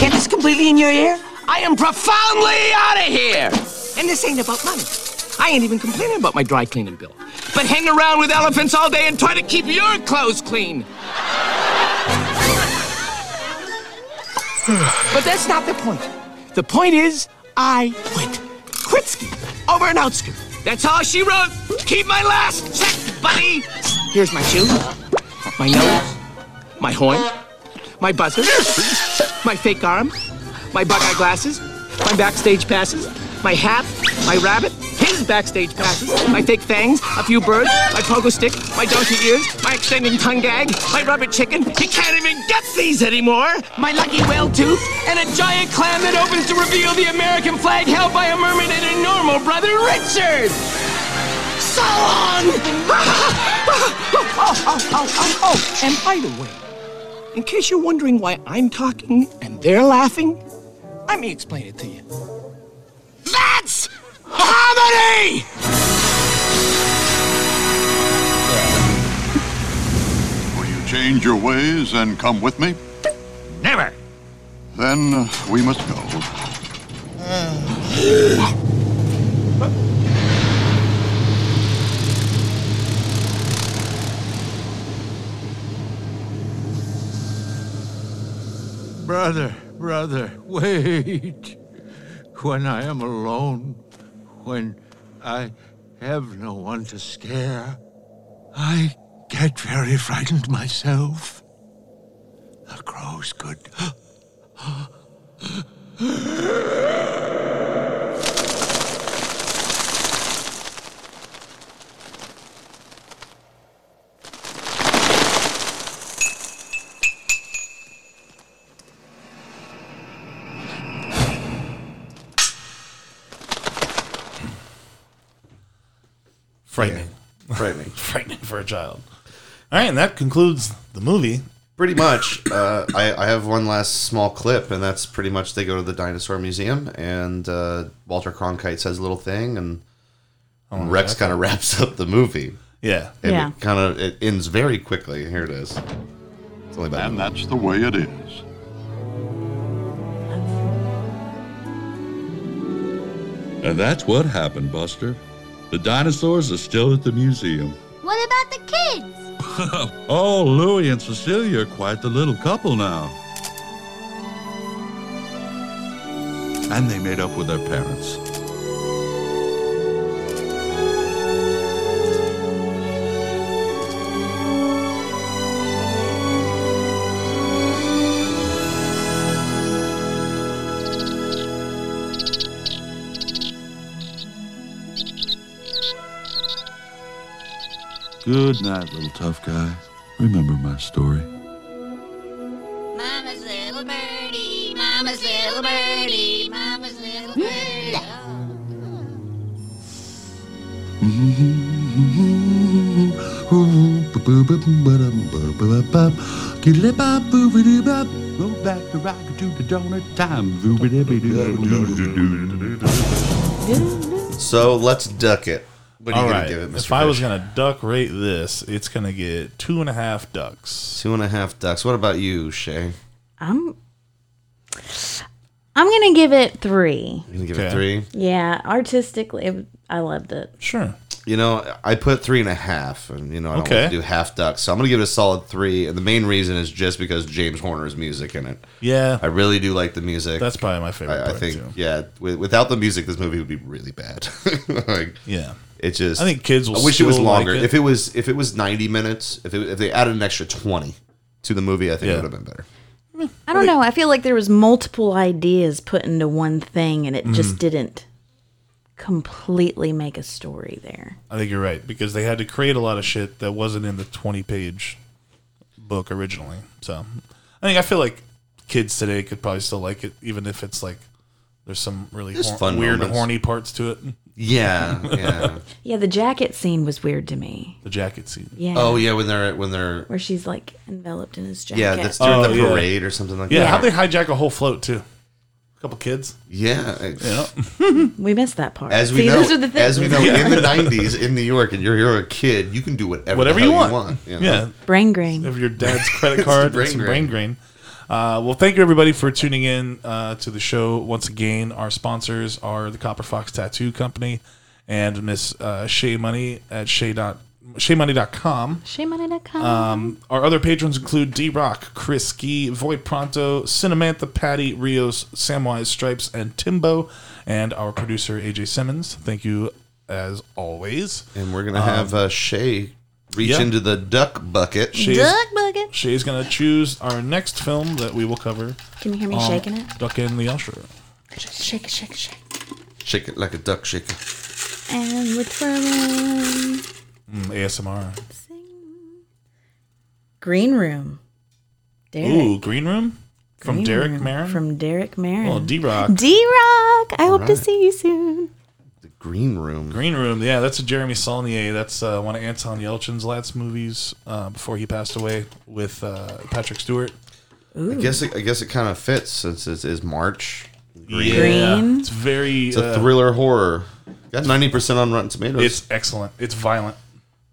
Speaker 17: Can't this completely in your ear? I am profoundly out of here! And this ain't about money. I ain't even complaining about my dry cleaning bill. But hang around with elephants all day and try to keep your clothes clean. but that's not the point. The point is, I quit. Quitski, over and out, Scoop. That's all she wrote. Keep my last check, buddy. Here's my shoe, my nose, my horn, my buzzer, my fake arm, my Buckeye glasses, my backstage passes, my hat, my rabbit, his backstage passes, my fake fangs, a few birds, my pogo stick, my donkey ears, my extending tongue gag, my rubber chicken. He can't even get these anymore. My lucky whale tooth, and a giant clam that opens to reveal the American flag held by a mermaid and her normal brother Richard. So long! oh, oh, oh, oh, oh, and by the way, in case you're wondering why I'm talking and they're laughing, let me explain it to you. That's harmony!
Speaker 9: Will you change your ways and come with me?
Speaker 12: Never!
Speaker 9: Then uh, we must go.
Speaker 13: Brother, brother, wait. When I am alone, when I have no one to scare, I get very frightened myself. The crows could.
Speaker 6: Frightening.
Speaker 5: Frightening.
Speaker 6: Frightening for a child. All right, and that concludes the movie.
Speaker 5: Pretty much. uh, I, I have one last small clip, and that's pretty much they go to the dinosaur museum, and uh, Walter Cronkite says a little thing, and
Speaker 6: Oh,
Speaker 5: Rex
Speaker 6: okay.
Speaker 5: kind of wraps up the movie.
Speaker 6: Yeah.
Speaker 5: And
Speaker 6: Yeah.
Speaker 5: it kind of it ends very quickly. Here it is. It's only about
Speaker 9: And that's the way it is.
Speaker 8: And that's what happened, Buster. The dinosaurs are still at the museum.
Speaker 18: What about the kids?
Speaker 8: oh, Louie and Cecilia are quite the little couple now. And they made up with their parents. Good night, little tough guy. Remember my story.
Speaker 18: Mama's little birdie, mama's little birdie, mama's little birdie.
Speaker 8: Go back to rocket to the donut time.
Speaker 5: So let's duck it. What are
Speaker 6: All
Speaker 5: you
Speaker 6: right,
Speaker 5: gonna give it, Mr.
Speaker 6: If I was
Speaker 5: Fish?
Speaker 6: going to duck rate this, it's going to get two and a half ducks.
Speaker 5: Two and a half ducks. What about you, Shay?
Speaker 7: I'm I'm gonna give it three.
Speaker 5: You gonna give it three?
Speaker 7: Yeah, artistically, it- I loved it.
Speaker 6: Sure.
Speaker 5: You know, I put three and a half, and you know I don't
Speaker 6: Okay.
Speaker 5: want to do half ducks, so I'm gonna give it a solid three. And the main reason is just because James Horner's music in it.
Speaker 6: Yeah.
Speaker 5: I really do like the music.
Speaker 6: That's probably my favorite
Speaker 5: I, I
Speaker 6: part,
Speaker 5: think,
Speaker 6: too.
Speaker 5: yeah, wi- without the music, this movie would be really bad. like,
Speaker 6: Yeah.
Speaker 5: it just.
Speaker 6: I think kids will
Speaker 5: I wish it was
Speaker 6: still like
Speaker 5: longer.
Speaker 6: it.
Speaker 5: If it was, if it was 90 minutes, if it, if they added an extra 20 to the movie, I think it would have been better.
Speaker 7: I don't know. I feel like there was multiple ideas put into one thing, and it
Speaker 5: Mm-hmm.
Speaker 7: just
Speaker 6: Mhm.
Speaker 7: didn't completely make a story there.
Speaker 6: I think you're right because they had to create a lot of shit that wasn't in the 20 page book originally. So I think I feel like kids today could probably still like it, even if it's like there's some really
Speaker 5: There's
Speaker 6: hor-
Speaker 5: fun
Speaker 6: weird,
Speaker 5: moments.
Speaker 6: horny parts to it.
Speaker 5: Yeah, yeah.
Speaker 7: Yeah, the jacket scene was weird to me.
Speaker 6: the jacket scene.
Speaker 7: Yeah.
Speaker 5: Oh yeah, when they're when they're
Speaker 7: Where she's like enveloped in his jacket.
Speaker 5: Yeah, that's during the parade or something like
Speaker 6: Oh, yeah,
Speaker 5: that.
Speaker 6: how'd they hijack a whole float too? A couple kids.
Speaker 5: Yeah, it's-
Speaker 7: we missed that part.
Speaker 5: As we
Speaker 7: See,
Speaker 5: know,
Speaker 7: those are the things.
Speaker 5: as we know, in the '90s in New York, and you're, you're a kid, you can do whatever, the
Speaker 6: Whatever you
Speaker 5: hell
Speaker 6: want.
Speaker 5: You want you know?
Speaker 6: Yeah.
Speaker 7: Brain grain.
Speaker 6: Of your dad's credit
Speaker 5: It's brain
Speaker 6: card, brain, some
Speaker 5: grain.
Speaker 6: brain grain. Uh, well, thank you everybody for tuning in uh, to the show once again. Our sponsors are the Copper Fox Tattoo Company and Miss uh, Shea Money at Shea dot, SheaMoney.com.
Speaker 7: SheaMoney.com.
Speaker 6: Um, our other patrons include D Rock, Chris Ski, Void Pronto, Cinemantha Patty, Rios, Samwise Stripes, and Timbo, and our producer AJ Simmons. Thank you as always.
Speaker 5: And we're gonna
Speaker 6: Um,
Speaker 5: have uh, Shay reach
Speaker 6: yeah.
Speaker 5: into the duck bucket.
Speaker 6: Shay's,
Speaker 7: bucket.
Speaker 6: Shay's gonna choose our next film that we will cover.
Speaker 7: Can you hear me
Speaker 5: Um,
Speaker 6: on
Speaker 7: shaking it?
Speaker 6: Duck and the Usher.
Speaker 7: Shake it, shake it, shake
Speaker 5: Shake it like a duck shaker.
Speaker 7: it. And we're twirling.
Speaker 6: Mm, ASMR.
Speaker 7: Green Room. Derek.
Speaker 6: Ooh, Green Room from
Speaker 7: Green
Speaker 6: Derek
Speaker 7: Room
Speaker 6: Marin.
Speaker 7: From Derek Marin.
Speaker 6: Well, D-Rock.
Speaker 7: Mm. D Rock. I hope to
Speaker 6: Alright.
Speaker 7: see you soon.
Speaker 5: Green Room.
Speaker 6: Green Room, yeah, that's a Jeremy Saulnier. That's uh, one of Anton Yelchin's last movies uh, before he passed away with uh, Patrick Stewart.
Speaker 5: I guess it, I guess it kind of fits since it is March.
Speaker 6: Yeah. Green. It's very,
Speaker 5: It's a
Speaker 6: uh,
Speaker 5: thriller horror. Got ninety percent on Rotten Tomatoes.
Speaker 6: It's excellent. It's violent.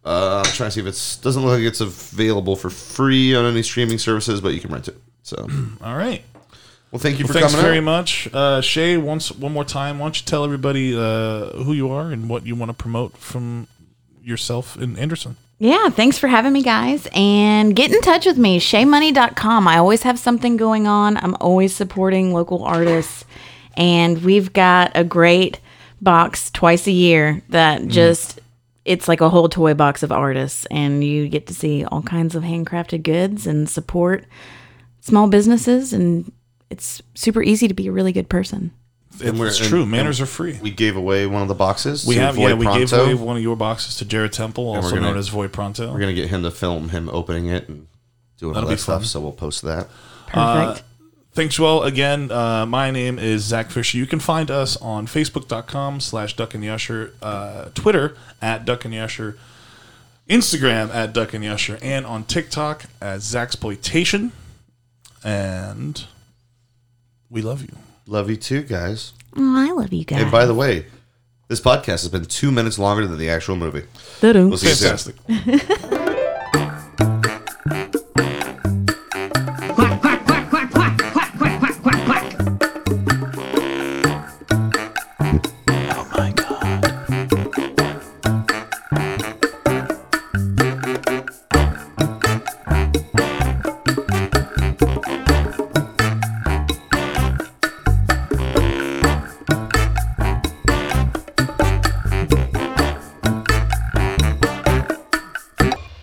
Speaker 5: Uh, I'm trying to see if it's doesn't look like it's available for free on any streaming services, but you can rent it. So,
Speaker 6: All right.
Speaker 5: well, thank you
Speaker 6: Well,
Speaker 5: for
Speaker 6: thanks
Speaker 5: coming.
Speaker 6: very
Speaker 5: out.
Speaker 6: much, uh, Shay. Once one more time, why don't you tell everybody uh, who you are and what you want to promote from yourself and Anderson?
Speaker 7: Yeah, thanks for having me, guys. And get in touch with me, shaymoney.com. I always have something going on. I'm always supporting local artists. And we've got a great box twice a year that
Speaker 2: Mm.
Speaker 7: just, it's like a whole toy box of artists. And you get to see all kinds of handcrafted goods and support small businesses. And it's super easy to be a really good person.
Speaker 6: It's true. Manners are free.
Speaker 5: We gave away one of the boxes.
Speaker 6: We
Speaker 5: to
Speaker 6: have,
Speaker 5: Void
Speaker 6: yeah, we gave
Speaker 5: Pronto,
Speaker 6: away one of your boxes to Jared Temple,
Speaker 5: and we're
Speaker 6: also
Speaker 5: gonna-
Speaker 6: known as Void Pronto.
Speaker 5: We're gonna get him to film him opening it and doing
Speaker 6: That'll
Speaker 5: all that
Speaker 6: be
Speaker 5: stuff.
Speaker 6: fun.
Speaker 5: So we'll post that.
Speaker 6: Uh, thanks, well, again, uh, my name is Zach Fisher. You can find us on Facebook.com slash Duck and the Usher, uh, Twitter at Duck and the Usher, Instagram at Duck and the Usher, and on TikTok as Zaxploitation. And we love you.
Speaker 5: Love you too, guys.
Speaker 7: Oh, I love you guys.
Speaker 5: And by the way, this podcast has been two minutes longer than the actual movie.
Speaker 7: Doo-doo.
Speaker 5: We'll see you soon.
Speaker 6: Fantastic.